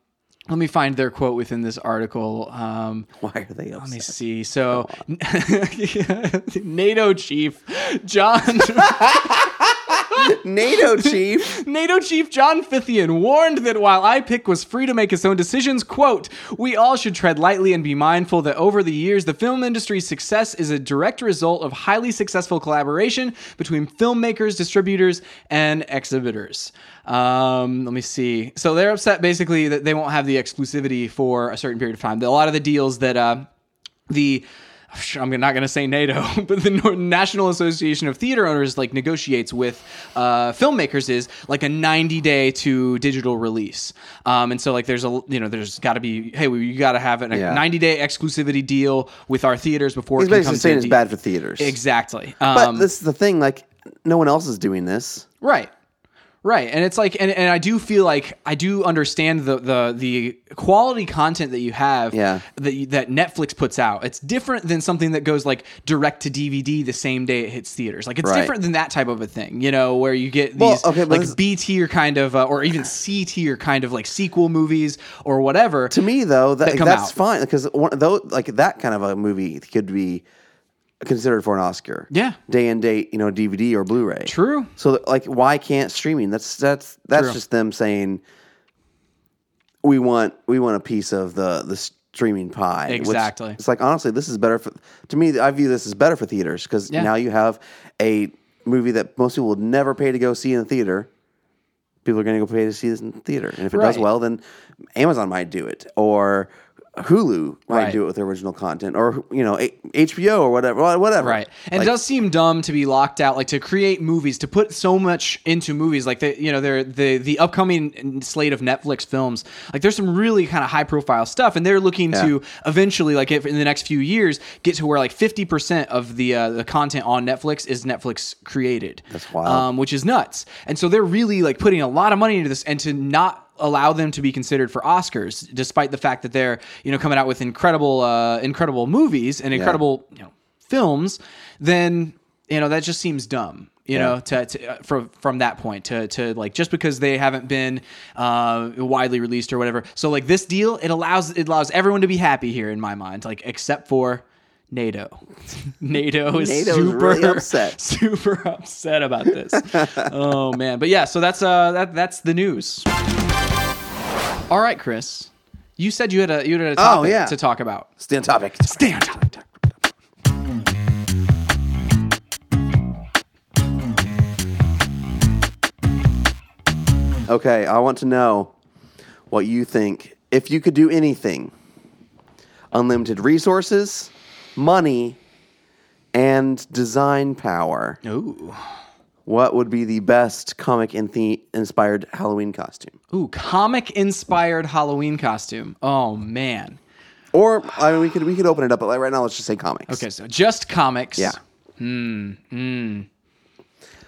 Speaker 1: let me find their quote within this article. Um,
Speaker 2: Why are they upset?
Speaker 1: Let me see. So, NATO chief John
Speaker 2: NATO chief.
Speaker 1: NATO chief John Fithian warned that while IPIC was free to make its own decisions, quote, we all should tread lightly and be mindful that over the years the film industry's success is a direct result of highly successful collaboration between filmmakers, distributors, and exhibitors. Um, let me see. So they're upset basically that they won't have the exclusivity for a certain period of time. A lot of the deals that uh, the I'm not going to say NATO, but the Nor- National Association of Theater Owners like negotiates with uh, filmmakers is like a 90 day to digital release, um, and so like there's a you know there's got to be hey we, you got to have an- a
Speaker 2: Yeah.
Speaker 1: 90 day exclusivity deal with our theaters before
Speaker 2: He's
Speaker 1: it can
Speaker 2: basically
Speaker 1: come
Speaker 2: saying
Speaker 1: to
Speaker 2: it's
Speaker 1: a
Speaker 2: bad
Speaker 1: deal.
Speaker 2: for theaters.
Speaker 1: exactly
Speaker 2: But
Speaker 1: um,
Speaker 2: this is the thing. Like no one else is doing this.
Speaker 1: right Right, and it's like, and, and I do feel like I do understand the the the quality content that you have,
Speaker 2: Yeah.
Speaker 1: that you- that Netflix puts out. It's different than something that goes like direct to DVD the same day it hits theaters. Like it's
Speaker 2: Right.
Speaker 1: different than that type of a thing, you know, where you get these
Speaker 2: Well, okay, but this-
Speaker 1: like B tier kind of uh, or even C tier kind of like sequel movies or whatever.
Speaker 2: to me though that,
Speaker 1: that come
Speaker 2: that's
Speaker 1: out.
Speaker 2: fine because one, though like that kind of a movie could be considered for an oscar
Speaker 1: Yeah.
Speaker 2: day and date you know dvd or blu-ray
Speaker 1: True.
Speaker 2: so that, like why can't streaming that's that's that's
Speaker 1: True.
Speaker 2: just them saying we want we want a piece of the the streaming pie which-
Speaker 1: Exactly.
Speaker 2: it's like honestly this is better for to me i view this as better for theaters because
Speaker 1: Yeah.
Speaker 2: now you have a movie that most people would never pay to go see in a theater people are going to go pay to see this in theater. And if it does
Speaker 1: Right.
Speaker 2: well, then Amazon might do it, or Hulu might
Speaker 1: Right.
Speaker 2: do it with original content, or you know A- HBO or whatever, wha- whatever.
Speaker 1: Right. And
Speaker 2: Like,
Speaker 1: it does seem dumb to be locked out, like to create movies, to put so much into movies. Like, they, you know, they're, the, the upcoming slate of Netflix films, like, there's some really kind of high profile stuff. And they're looking
Speaker 2: Yeah.
Speaker 1: to eventually, like, if in the next few years, get to where like 50% of the, uh, the content on Netflix is Netflix created. That's
Speaker 2: wild.
Speaker 1: Um, which is nuts. And so they're really like putting a lot of money into this and to not allow them to be considered for Oscars despite the fact that they're, you know, coming out with incredible uh incredible movies and incredible, you know, films, then you know, that just seems dumb. You know, to, to uh, from from that point to to like just because they haven't been uh, widely released or whatever. So like this deal, it allows it allows everyone to be happy here in my mind, like except for NATO. NATO is
Speaker 2: NATO's
Speaker 1: super
Speaker 2: really upset.
Speaker 1: super upset about this. oh man, but yeah, so that's uh that that's the news. All right, Chris, you said you had a you had a topic
Speaker 2: yeah.
Speaker 1: to talk about.
Speaker 2: stay on topic.
Speaker 1: Stay on topic.
Speaker 2: Okay, I want to know what you think. If you could do anything, unlimited resources, money, and design power,
Speaker 1: Ooh,
Speaker 2: what would be the best comic and the inspired Halloween costume?
Speaker 1: ooh, comic inspired Halloween costume. Oh man.
Speaker 2: Or I mean, we could we could open it up, but like right now, let's just say comics.
Speaker 1: Okay, so just comics. Hmm,
Speaker 2: Yeah.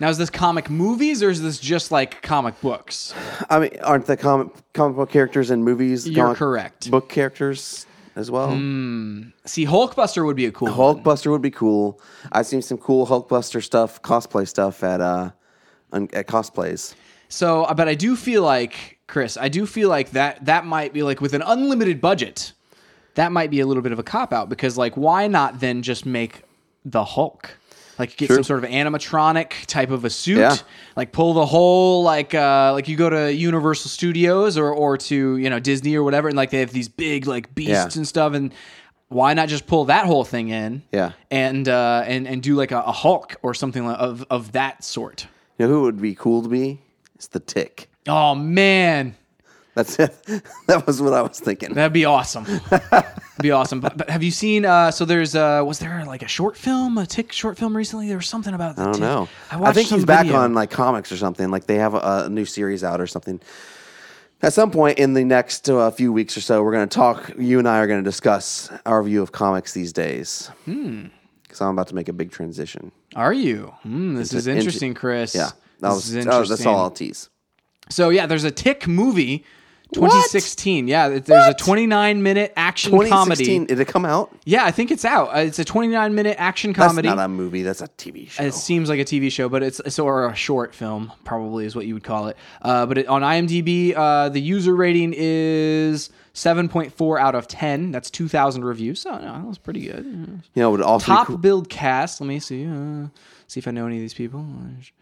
Speaker 1: Now is this comic movies or is this just like comic books?
Speaker 2: I mean, aren't the comic comic book characters in movies?
Speaker 1: You're
Speaker 2: comic
Speaker 1: correct. Hmm.
Speaker 2: Book characters as well.
Speaker 1: See, Hulkbuster would be a cool. one.
Speaker 2: Hulkbuster would be cool. I've seen some cool Hulkbuster stuff, cosplay stuff at uh un- at cosplays.
Speaker 1: So, uh, but I do feel like Chris, I do feel like that that might be like with an unlimited budget, that might be a little bit of a cop out because like why not then just make the Hulk? Like get some sort of animatronic type of a suit,
Speaker 2: Yeah.
Speaker 1: like pull the whole like uh, like you go to Universal Studios or or to you know Disney or whatever, and like they have these big like beasts
Speaker 2: Yeah.
Speaker 1: and stuff, and why not just pull that whole thing in,
Speaker 2: Yeah.
Speaker 1: and uh, and and do like a, a Hulk or something of of that sort.
Speaker 2: You know who would be cool to be? It's the Tick.
Speaker 1: Oh man,
Speaker 2: That's it. that was what I was thinking.
Speaker 1: That'd be awesome. That'd be awesome. But, but have you seen? Uh, so there's uh, was there like a short film, a Tick short film recently? There was something about. The
Speaker 2: Oh, I don't
Speaker 1: Tick.
Speaker 2: know.
Speaker 1: I watched
Speaker 2: think
Speaker 1: some
Speaker 2: he's back
Speaker 1: video.
Speaker 2: on like comics or something. Like they have a, a new series out or something. At some point in the next uh, few weeks or so, we're going to talk. You and I are going to discuss our view of comics these days. Hmm. Because I'm about to make a big transition.
Speaker 1: Are you? Hmm, this is
Speaker 2: an int-
Speaker 1: interesting, Chris.
Speaker 2: Yeah, that
Speaker 1: this
Speaker 2: was
Speaker 1: is
Speaker 2: oh,
Speaker 1: interesting.
Speaker 2: that's all I'll tease.
Speaker 1: So yeah, there's a Tick movie. 2016. Yeah, it- there's a 29 minute action
Speaker 2: 2016.
Speaker 1: comedy.
Speaker 2: Did it come out?
Speaker 1: Yeah, I think it's out. Uh, It's a 29 minute action
Speaker 2: That's
Speaker 1: comedy.
Speaker 2: not a movie. That's a TV show.
Speaker 1: It seems like a TV show, but it's so or a short film, probably is what you would call it. Uh, but it, on IMDb, uh, the user rating is seven point four out of ten. That's two thousand reviews. So no, that was pretty good. Yeah.
Speaker 2: you know, it would also be
Speaker 1: Top
Speaker 2: cool.
Speaker 1: build cast. Let me see. Uh, see if I know any of these people. There's,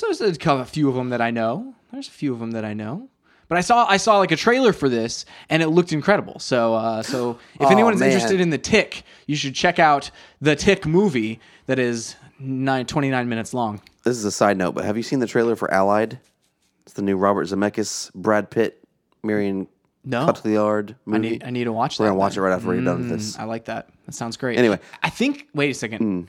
Speaker 1: uh, there's, there's a couple- a few of them that I know. There's a few of them that I know. But I saw I saw like a trailer for this, and it looked incredible. So uh, so if
Speaker 2: Oh,
Speaker 1: anyone is
Speaker 2: man.
Speaker 1: interested in the Tick, you should check out the Tick movie that is nine, 29 minutes long.
Speaker 2: This is a side note, but have you seen the trailer for Allied? It's the new Robert Zemeckis, Brad Pitt, Marion
Speaker 1: No.
Speaker 2: Cotillard movie.
Speaker 1: I need I need to watch that.
Speaker 2: We're gonna watch
Speaker 1: then.
Speaker 2: it right after we're done with this.
Speaker 1: I like that. That sounds great.
Speaker 2: Anyway. Hmm.
Speaker 1: I think. Wait a second.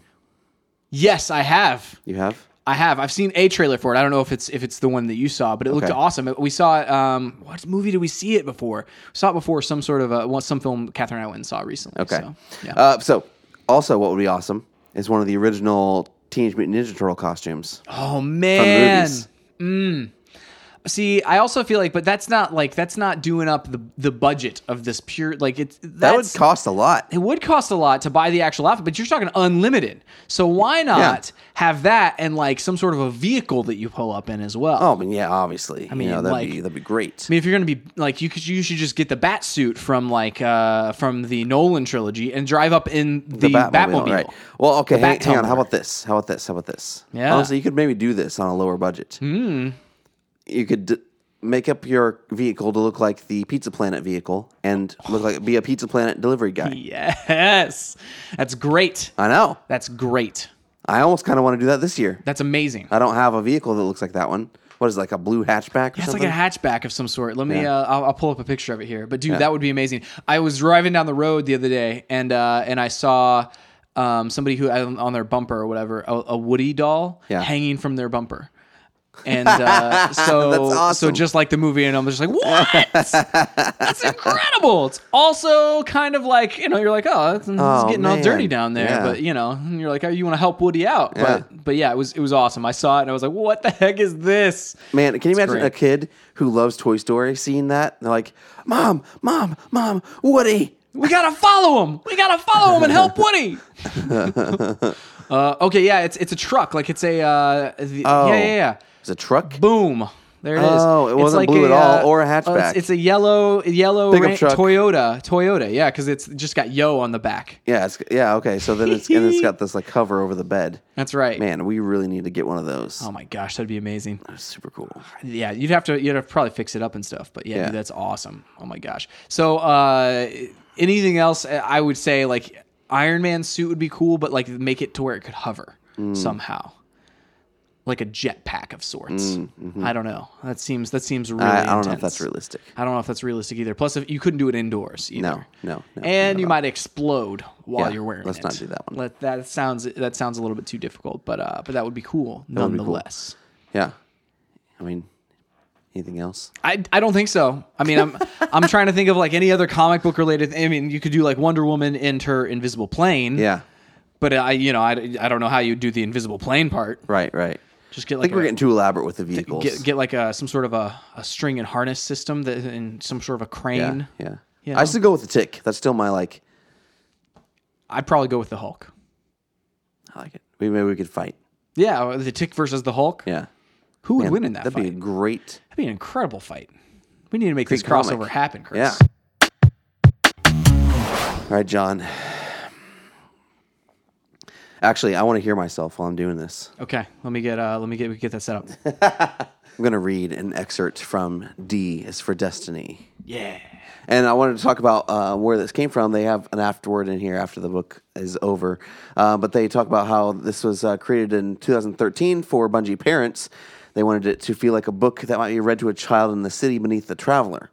Speaker 1: Yes, I have.
Speaker 2: You have?
Speaker 1: I have. I've seen a trailer for it. I don't know if it's if it's the one that you saw, but it looked
Speaker 2: Okay.
Speaker 1: awesome. We saw it. Um, what movie did we see it before? We saw it before some sort of a, well, some film Catherine Iwan saw recently.
Speaker 2: Okay.
Speaker 1: So, yeah.
Speaker 2: Uh, so, also, what would be awesome is one of the original Teenage Mutant Ninja Turtle costumes.
Speaker 1: oh man,
Speaker 2: movies.
Speaker 1: Mm. See, I also feel like, but that's not like that's not doing up the the budget of this pure like it's
Speaker 2: That would
Speaker 1: that's-
Speaker 2: cost a lot.
Speaker 1: it would cost a lot to buy the actual outfit, but you're talking unlimited. So why not have that and like some sort of a vehicle that you pull up in as well?
Speaker 2: Oh, I mean, yeah, obviously. I mean,
Speaker 1: mean,
Speaker 2: that'd
Speaker 1: like-
Speaker 2: be that'd be great.
Speaker 1: I mean, if you're gonna be like, you could you should just get the bat suit from like uh from the Nolan trilogy and drive up in the, Batmobile.
Speaker 2: Well, okay, hang,
Speaker 1: Bat
Speaker 2: hang on. How
Speaker 1: Tumbler.
Speaker 2: about this? How about this? How about this?
Speaker 1: Yeah. Hmm.
Speaker 2: Honestly, you could maybe do this on a lower budget. You could d- make up your vehicle to look like the Pizza Planet vehicle and look like be a Pizza Planet delivery guy.
Speaker 1: Yes, that's great.
Speaker 2: I know.
Speaker 1: That's great.
Speaker 2: I almost kind of want to do that this year.
Speaker 1: That's amazing.
Speaker 2: I don't have a vehicle that looks like that one. What is it, like a blue hatchback or
Speaker 1: It's
Speaker 2: something?
Speaker 1: like a hatchback of some sort. Let me,
Speaker 2: Yeah.
Speaker 1: uh, I'll, I'll pull up a picture of it here. But dude, that would be amazing. I was driving down the road the other day, and uh, and I saw um, somebody who had on their bumper or whatever a, a Woody doll
Speaker 2: Yeah.
Speaker 1: hanging from their bumper. And uh, so,
Speaker 2: That's
Speaker 1: so
Speaker 2: awesome.
Speaker 1: just like the movie, and I'm just like, what? that's incredible. It's also kind of like you know, you're like, oh, it's, it's
Speaker 2: Oh,
Speaker 1: getting all
Speaker 2: man.
Speaker 1: dirty down there,
Speaker 2: Yeah.
Speaker 1: but you know, and you're like, oh, you want to help Woody out,
Speaker 2: Yeah.
Speaker 1: but but yeah, it was it was awesome. I saw it and I was like, what the heck is this?
Speaker 2: Man, can you imagine
Speaker 1: great.
Speaker 2: a kid who loves Toy Story seeing that? They're like, "Mom, mom, mom, Woody."
Speaker 1: We gotta follow him. We gotta follow him and help Woody. uh, okay, yeah, it's it's a truck. Like it's a uh, the,
Speaker 2: Oh.
Speaker 1: yeah, yeah, yeah.
Speaker 2: It's a truck.
Speaker 1: Boom. There it is.
Speaker 2: Oh, it
Speaker 1: It's
Speaker 2: wasn't blue at all or a
Speaker 1: uh, it's-
Speaker 2: hatchback.
Speaker 1: It's, a yellow yellow
Speaker 2: Pickup
Speaker 1: ra-
Speaker 2: truck.
Speaker 1: Toyota Toyota. Yeah, because it's just got yo on the back.
Speaker 2: Yeah, it's, yeah, okay. So then it's and it's got this like cover over the bed.
Speaker 1: That's right.
Speaker 2: Man, we really need to get one of those.
Speaker 1: Oh my gosh, that'd be amazing.
Speaker 2: That's super cool.
Speaker 1: yeah, you'd have to you'd have to probably fix it up and stuff. But yeah,
Speaker 2: Yeah.
Speaker 1: dude, that's awesome. Oh my gosh. So uh anything else uh, I would say like Iron Man suit would be cool, but like make it to where it could hover
Speaker 2: Mm.
Speaker 1: somehow. Like a jetpack of sorts. I don't know. That seems that seems really
Speaker 2: Mm, mm-hmm. I, I don't know if
Speaker 1: intense.
Speaker 2: that's realistic.
Speaker 1: I don't know if that's realistic either. Plus if you couldn't do it indoors either.
Speaker 2: No, no, no,
Speaker 1: and
Speaker 2: no,
Speaker 1: you
Speaker 2: no.
Speaker 1: might explode while
Speaker 2: Yeah,
Speaker 1: you're wearing
Speaker 2: let's
Speaker 1: it.
Speaker 2: not do that one.
Speaker 1: Let, that sounds that sounds a little bit too difficult, but uh but that would be cool
Speaker 2: would be cool.
Speaker 1: nonetheless.
Speaker 2: Yeah, I mean, anything else?
Speaker 1: I, I don't think so. I mean, I'm I'm trying to think of like any other comic book related. I mean, you could do like Wonder Woman and her invisible plane.
Speaker 2: Yeah,
Speaker 1: But uh, I you know I, I don't know how you do the invisible plane part.
Speaker 2: right, right.
Speaker 1: Just get
Speaker 2: I
Speaker 1: like
Speaker 2: think we're
Speaker 1: a-
Speaker 2: getting too elaborate with the vehicles.
Speaker 1: get get like a some sort of a, a string and harness system that and some sort of a crane.
Speaker 2: yeah, yeah.
Speaker 1: You
Speaker 2: I
Speaker 1: know?
Speaker 2: still go with the tick. That's still my like.
Speaker 1: I'd probably go with the Hulk.
Speaker 2: I like it. Maybe, maybe we could fight.
Speaker 1: Yeah, uh, the Tick versus the Hulk.
Speaker 2: Yeah,
Speaker 1: Who would
Speaker 2: Man,
Speaker 1: win in that
Speaker 2: That'd
Speaker 1: fight?
Speaker 2: be a great.
Speaker 1: that'd be an incredible fight. We need to make this
Speaker 2: comic.
Speaker 1: crossover happen, Chris.
Speaker 2: Yeah. All right, John. Actually, I want to hear myself while I'm doing this.
Speaker 1: Okay, let me get uh let me get we get that set up.
Speaker 2: I'm going to read an excerpt from D is for Destiny.
Speaker 1: yeah.
Speaker 2: And I wanted to talk about uh, where this came from. They have an afterword in here after the book is over. Uh, but they talk about how this was uh, created in 2013 for Bungie parents. They wanted it to feel like a book that might be read to a child in the city beneath the traveler.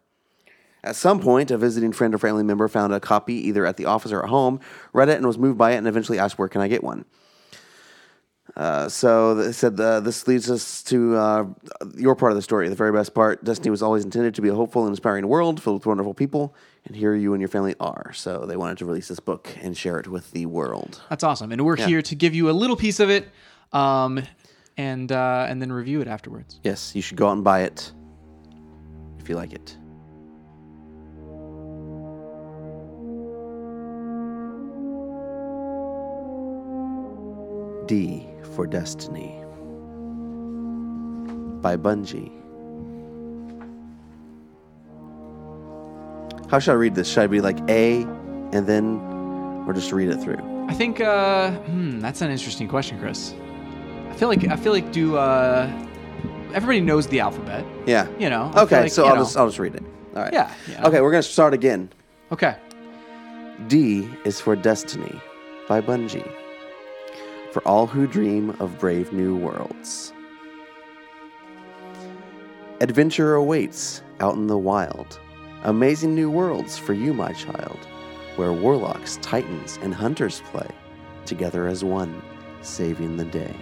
Speaker 2: At some point, a visiting friend or family member found a copy either at the office or at home, read it, and was moved by it, and eventually asked, Where can I get one? so they said uh, this leads us to uh, your part of the story, the very best part. Destiny was always intended to be a hopeful and inspiring world filled with wonderful people, and here you and your family are. So they wanted to release this book and share it with the world.
Speaker 1: That's awesome, and we're here to give you a little piece of it, um, and uh, and then review it afterwards.
Speaker 2: Yes, you should go out and buy it if you like it. D for Destiny by Bungie. How should I read this? Should I be like A and then, or just read it through?
Speaker 1: I think uh, hmm, that's an interesting question, Chris. I feel like I feel like do uh, everybody knows the alphabet,
Speaker 2: Yeah.
Speaker 1: you know? I
Speaker 2: Okay,
Speaker 1: feel like,
Speaker 2: so
Speaker 1: you
Speaker 2: I'll
Speaker 1: know.
Speaker 2: just I'll just read it. All right.
Speaker 1: Yeah, yeah.
Speaker 2: Okay, we're gonna start again.
Speaker 1: okay.
Speaker 2: D is for Destiny by Bungie. For all who dream of brave new worlds. Adventure awaits out in the wild. Amazing new worlds for you, my child, where warlocks, titans, and hunters play, together as one, saving the day.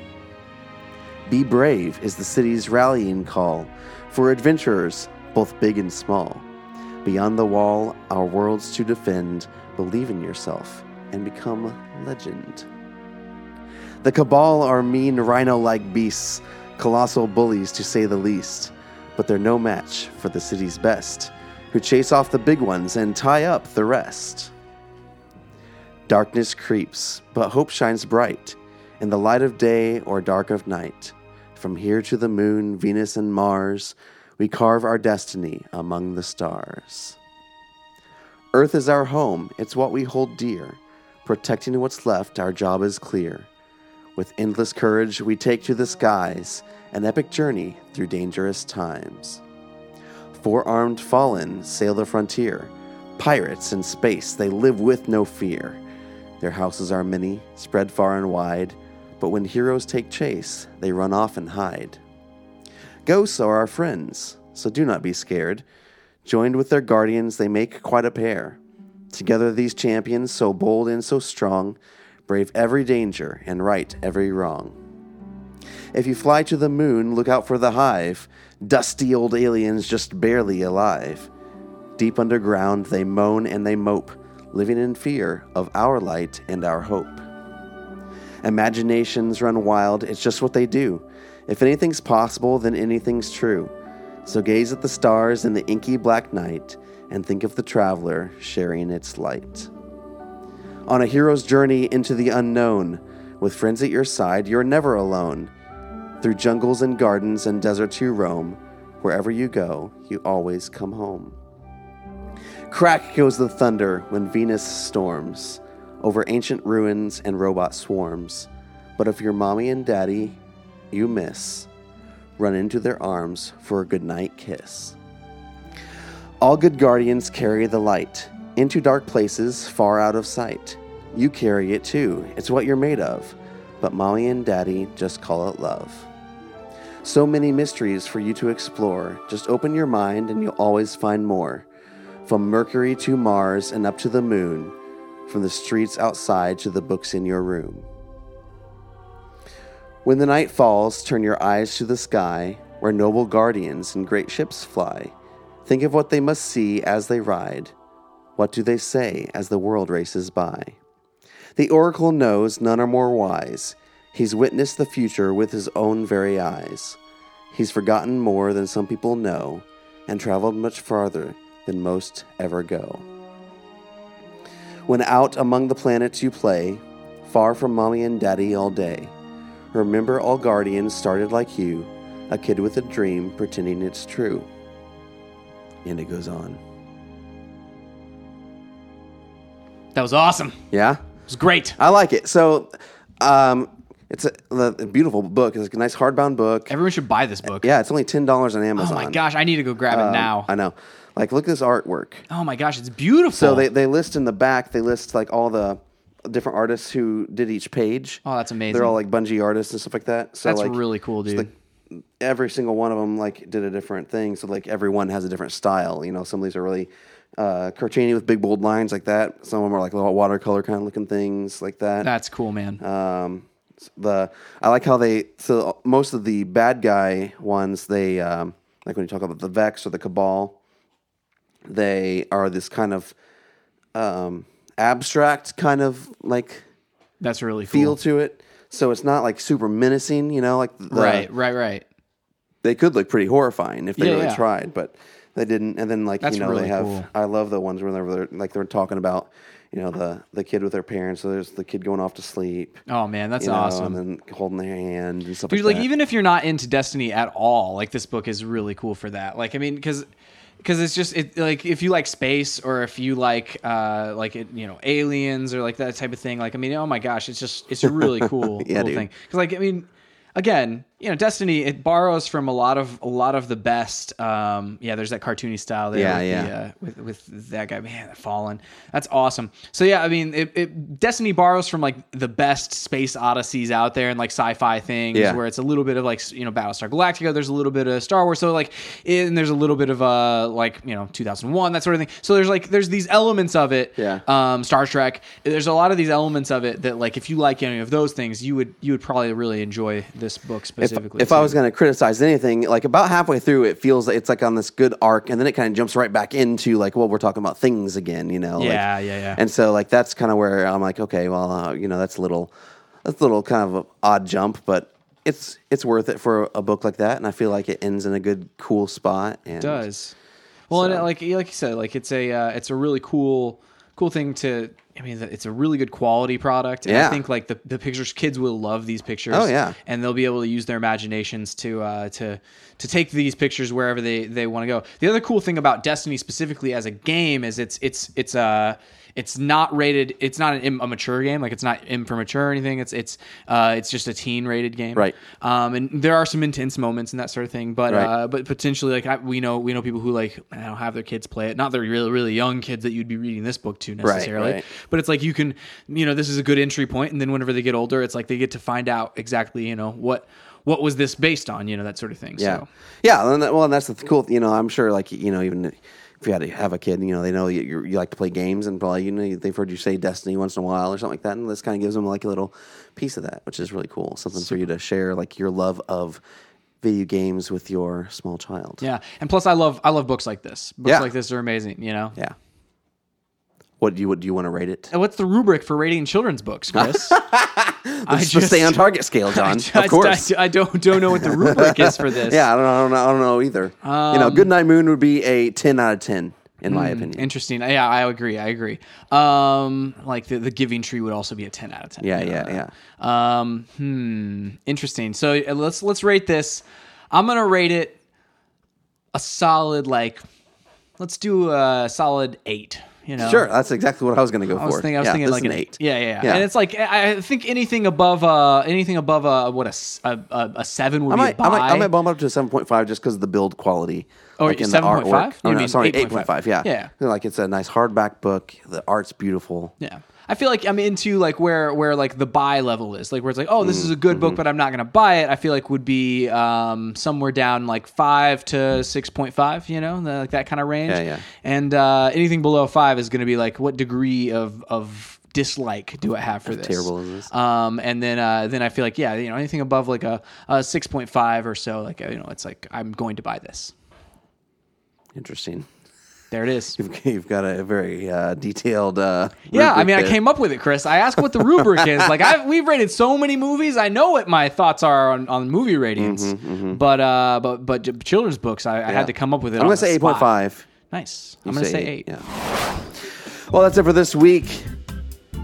Speaker 2: Be brave is the city's rallying call for adventurers, both big and small. Beyond the wall, our worlds to defend, believe in yourself and become legend. The Cabal are mean rhino like beasts, colossal bullies to say the least, but they're no match for the city's best, who chase off the big ones and tie up the rest. Darkness creeps, but hope shines bright in the light of day or dark of night. From here to the moon, Venus, and Mars, we carve our destiny among the stars. Earth is our home, it's what we hold dear. Protecting what's left, our job is clear. With endless courage, we take to the skies an epic journey through dangerous times. Four armed fallen sail the frontier. Pirates in space, they live with no fear. Their houses are many, spread far and wide, but when heroes take chase, they run off and hide. Ghosts are our friends, so do not be scared. Joined with their guardians, they make quite a pair. Together, these champions, so bold and so strong, brave every danger and right every wrong. If you fly to the moon, look out for the hive, dusty old aliens just barely alive. Deep underground, they moan and they mope, living in fear of our light and our hope. Imaginations run wild, it's just what they do. If anything's possible, then anything's true. So gaze at the stars in the inky black night and think of the traveler sharing its light. On a hero's journey into the unknown, with friends at your side, you're never alone. Through jungles and gardens and deserts you roam, wherever you go, you always come home. Crack goes the thunder when Venus storms over ancient ruins and robot swarms. But if your mommy and daddy you miss, run into their arms for a goodnight kiss. All good guardians carry the light into dark places far out of sight. You carry it too, it's what you're made of. But mommy and daddy just call it love. So many mysteries for you to explore. Just open your mind and you'll always find more. From Mercury to Mars and up to the moon, from the streets outside to the books in your room. When the night falls, turn your eyes to the sky, where noble guardians and great ships fly. Think of what they must see as they ride. What do they say as the world races by? The oracle knows none are more wise. He's witnessed the future with his own very eyes. He's forgotten more than some people know, and traveled much farther than most ever go. When out among the planets you play, far from mommy and daddy all day, remember all guardians started like you, a kid with a dream pretending it's true. And it goes on.
Speaker 1: That was awesome.
Speaker 2: Yeah?
Speaker 1: It was great.
Speaker 2: I like it. So, um, it's a, a beautiful book. It's a nice hardbound book.
Speaker 1: Everyone should buy this book.
Speaker 2: Yeah, it's only $10 on
Speaker 1: Oh
Speaker 2: Amazon.
Speaker 1: my gosh, I need to go grab it
Speaker 2: Um,
Speaker 1: now.
Speaker 2: I know. Like, look at this artwork.
Speaker 1: Oh my gosh, it's beautiful.
Speaker 2: So they, they list in the back, they list like all the different artists who did each page.
Speaker 1: Oh, that's amazing.
Speaker 2: They're all like bungee artists and stuff like that. So
Speaker 1: That's
Speaker 2: like,
Speaker 1: really cool, dude.
Speaker 2: every single one of them like did a different thing. So like everyone has a different style. You know, some of these are really uh, cartoony with big bold lines like that. Some of them are like little watercolor kind of looking things like that.
Speaker 1: That's cool, man.
Speaker 2: Um, the I like how they so most of the bad guy ones they um, like when you talk about the Vex or the Cabal, they are this kind of um, abstract kind of like
Speaker 1: That's really cool.
Speaker 2: feel to it. So it's not like super menacing, you know. Like the,
Speaker 1: right, right, right.
Speaker 2: they could look pretty horrifying if they
Speaker 1: Yeah,
Speaker 2: really
Speaker 1: yeah.
Speaker 2: tried, but they didn't. And then like
Speaker 1: That's
Speaker 2: you know
Speaker 1: really
Speaker 2: they have.
Speaker 1: cool.
Speaker 2: I love the ones whenever they're like they're talking about you know the the kid with their parents. So there's the kid going off to sleep.
Speaker 1: Oh man, that's
Speaker 2: you know,
Speaker 1: awesome.
Speaker 2: And then holding their hand and stuff
Speaker 1: Dude,
Speaker 2: like
Speaker 1: like
Speaker 2: that.
Speaker 1: even if you're not into Destiny at all, like this book is really cool for that. Like I mean, because because it's just it, like if you like space or if you like uh like it, you know aliens or like that type of thing. Like I mean, oh my gosh, it's just it's a really cool
Speaker 2: Yeah,
Speaker 1: little
Speaker 2: dude.
Speaker 1: thing. Because like I mean, again, you know, Destiny it borrows from a lot of a lot of the best. Um, yeah, there's that cartoony style there.
Speaker 2: Yeah,
Speaker 1: with the,
Speaker 2: yeah.
Speaker 1: uh, with with that guy, man, that Fallen. That's awesome. So yeah, I mean, it, it Destiny borrows from like the best space odysseys out there and like sci-fi things
Speaker 2: Yeah.
Speaker 1: where it's a little bit of like you know Battlestar Galactica. There's a little bit of Star Wars. So like, and there's a little bit of uh like you know 2001 that sort of thing. So there's like there's these elements of it.
Speaker 2: Yeah.
Speaker 1: Um, Star Trek. There's a lot of these elements of it that like if you like any of those things, you would you would probably really enjoy this book specifically.
Speaker 2: if I
Speaker 1: too.
Speaker 2: was going to criticize anything, like about halfway through, it feels like it's like on this good arc, and then it kind of jumps right back into like, well, we're talking about things again, you know? like-
Speaker 1: Yeah, yeah, yeah.
Speaker 2: And so, like, that's kind of where I'm like, okay, well, uh, you know, that's a little, that's a little kind of a odd jump, but it's it's worth it for a book like that, and I feel like it ends in a good, cool spot. And
Speaker 1: does. Well, and it, like like you said, like it's a uh, it's a really cool cool thing to. I mean, it's a really good quality product. And I
Speaker 2: Yeah.
Speaker 1: think like the, the pictures, kids will love these pictures.
Speaker 2: Oh, yeah.
Speaker 1: and they'll be able to use their imaginations to uh, to to take these pictures wherever they they want to go. The other cool thing about Destiny specifically as a game is it's it's it's uh it's not rated. It's not an, im- a mature game. Like it's not M for mature or anything. It's it's uh, it's just a teen rated game.
Speaker 2: Right.
Speaker 1: Um, and there are some intense moments and that sort of thing, but
Speaker 2: Right.
Speaker 1: uh, but potentially like I, we know we know people who like I don't know, have their kids play it. Not the really really young kids that you'd be reading this book to necessarily,
Speaker 2: right.
Speaker 1: but it's like you can you know this is a good entry point, and then whenever they get older, it's like they get to find out exactly you know what what was this based on, you know that sort of thing.
Speaker 2: Yeah,
Speaker 1: So.
Speaker 2: yeah. And that, well, and that's the th- cool. You know, I'm sure, like you know, even if you had to have a kid, you know, they know you, you, you like to play games, and probably you know they've heard you say Destiny once in a while or something like that, and this kind of gives them like a little piece of that, which is really cool. Something for you to share, like your love of video games with your small child.
Speaker 1: Yeah, and plus I love I love books like this. Books
Speaker 2: Yeah.
Speaker 1: like this are amazing. You know,
Speaker 2: yeah. What do you what do you want to rate it?
Speaker 1: And what's the rubric for rating children's books, Chris? I
Speaker 2: Just, to stay on target scale, John.
Speaker 1: I-
Speaker 2: of course.
Speaker 1: I, I don't don't know what the rubric is for this.
Speaker 2: yeah, I don't know. I don't know, I don't know either. you
Speaker 1: Um,
Speaker 2: know, Goodnight Moon would be a ten out of ten in
Speaker 1: hmm.
Speaker 2: my opinion.
Speaker 1: Interesting. Yeah, I agree. I agree. Um, like the, the giving tree would also be a ten out of ten.
Speaker 2: Yeah, yeah,
Speaker 1: yeah. Um, hmm. Interesting. So uh, let's let's rate this. I'm gonna rate it a solid like. Let's do a solid eight. You know.
Speaker 2: Sure, that's exactly what I was going to go for.
Speaker 1: Um, I was thinking, I was
Speaker 2: yeah,
Speaker 1: thinking
Speaker 2: this
Speaker 1: like
Speaker 2: is
Speaker 1: an eight. Yeah, yeah, yeah, And it's like I I think anything above uh anything above uh what a s- a, a, a seven would
Speaker 2: I
Speaker 1: be
Speaker 2: might,
Speaker 1: a buy.
Speaker 2: I might, I might bump up to seven point five just because of the build quality.
Speaker 1: Oh,
Speaker 2: in the
Speaker 1: 7.5?
Speaker 2: artwork.
Speaker 1: You
Speaker 2: Oh, no,
Speaker 1: mean
Speaker 2: sorry,
Speaker 1: 8.5.
Speaker 2: 8.5, Yeah,
Speaker 1: Yeah.
Speaker 2: Like it's a nice hardback book. The art's beautiful.
Speaker 1: Yeah. I feel like I'm into like where where like the buy level is, like where it's like, oh, this is a good
Speaker 2: Mm-hmm.
Speaker 1: book, but I'm not gonna buy it. I feel like would be um, somewhere down like five to six point five, you know, the- like that kind of range.
Speaker 2: Yeah, yeah.
Speaker 1: And uh, anything below five is gonna be like, what degree of of dislike do I have for this?
Speaker 2: terrible is this?
Speaker 1: Um, and then uh, then I feel like yeah, you know, anything above like a, a six point five or so, like you know, it's like I'm going to buy this.
Speaker 2: Interesting.
Speaker 1: There it is.
Speaker 2: You've, you've got a very uh, detailed. Uh,
Speaker 1: Yeah, I mean, I came up with it, Chris. I asked what the rubric is. Like, I've, we've rated so many movies. I know what my thoughts are on, on movie
Speaker 2: Mm-hmm,
Speaker 1: ratings, but uh, but but j- children's books, I, I had to come up with it.
Speaker 2: I'm gonna say eight point five.
Speaker 1: Nice. I'm gonna say, eight.
Speaker 2: Yeah. Well, that's it for this week.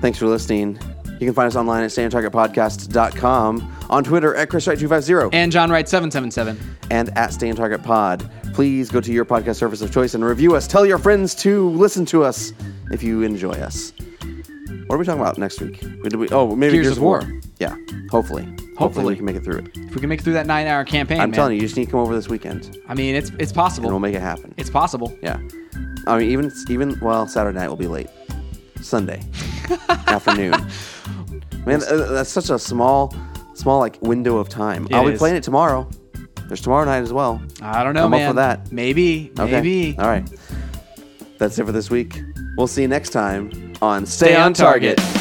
Speaker 2: Thanks for listening. You can find us online at stayontargetpodcast.com, on Twitter at ChrisWright250,
Speaker 1: And John Wright seven seven seven.
Speaker 2: and at Stay on Target Pod. Please go to your podcast service of choice and review us. Tell your friends to listen to us if you enjoy us. What are we talking about next week? Did we- oh, maybe
Speaker 1: Gears
Speaker 2: Gears,
Speaker 1: of
Speaker 2: of War.
Speaker 1: War.
Speaker 2: Yeah, hopefully. hopefully.
Speaker 1: Hopefully.
Speaker 2: we can make it through it.
Speaker 1: If we can make it through that nine hour campaign,
Speaker 2: I'm
Speaker 1: man.
Speaker 2: telling you, you just need to come over this weekend, and
Speaker 1: I mean, it's it's possible.
Speaker 2: we'll make it happen.
Speaker 1: it's possible.
Speaker 2: Yeah, I mean, even even well, Saturday night will be late. Sunday afternoon. Man, uh, that's such a small, small like window of time. I'll be
Speaker 1: is.
Speaker 2: playing it tomorrow. There's tomorrow night as well.
Speaker 1: I don't know,
Speaker 2: I'm up
Speaker 1: man.
Speaker 2: for that.
Speaker 1: Maybe,
Speaker 2: Okay.
Speaker 1: maybe.
Speaker 2: All right. That's it for this week. We'll see you next time on Stay,
Speaker 1: Stay
Speaker 2: on,
Speaker 1: on
Speaker 2: target.
Speaker 1: target.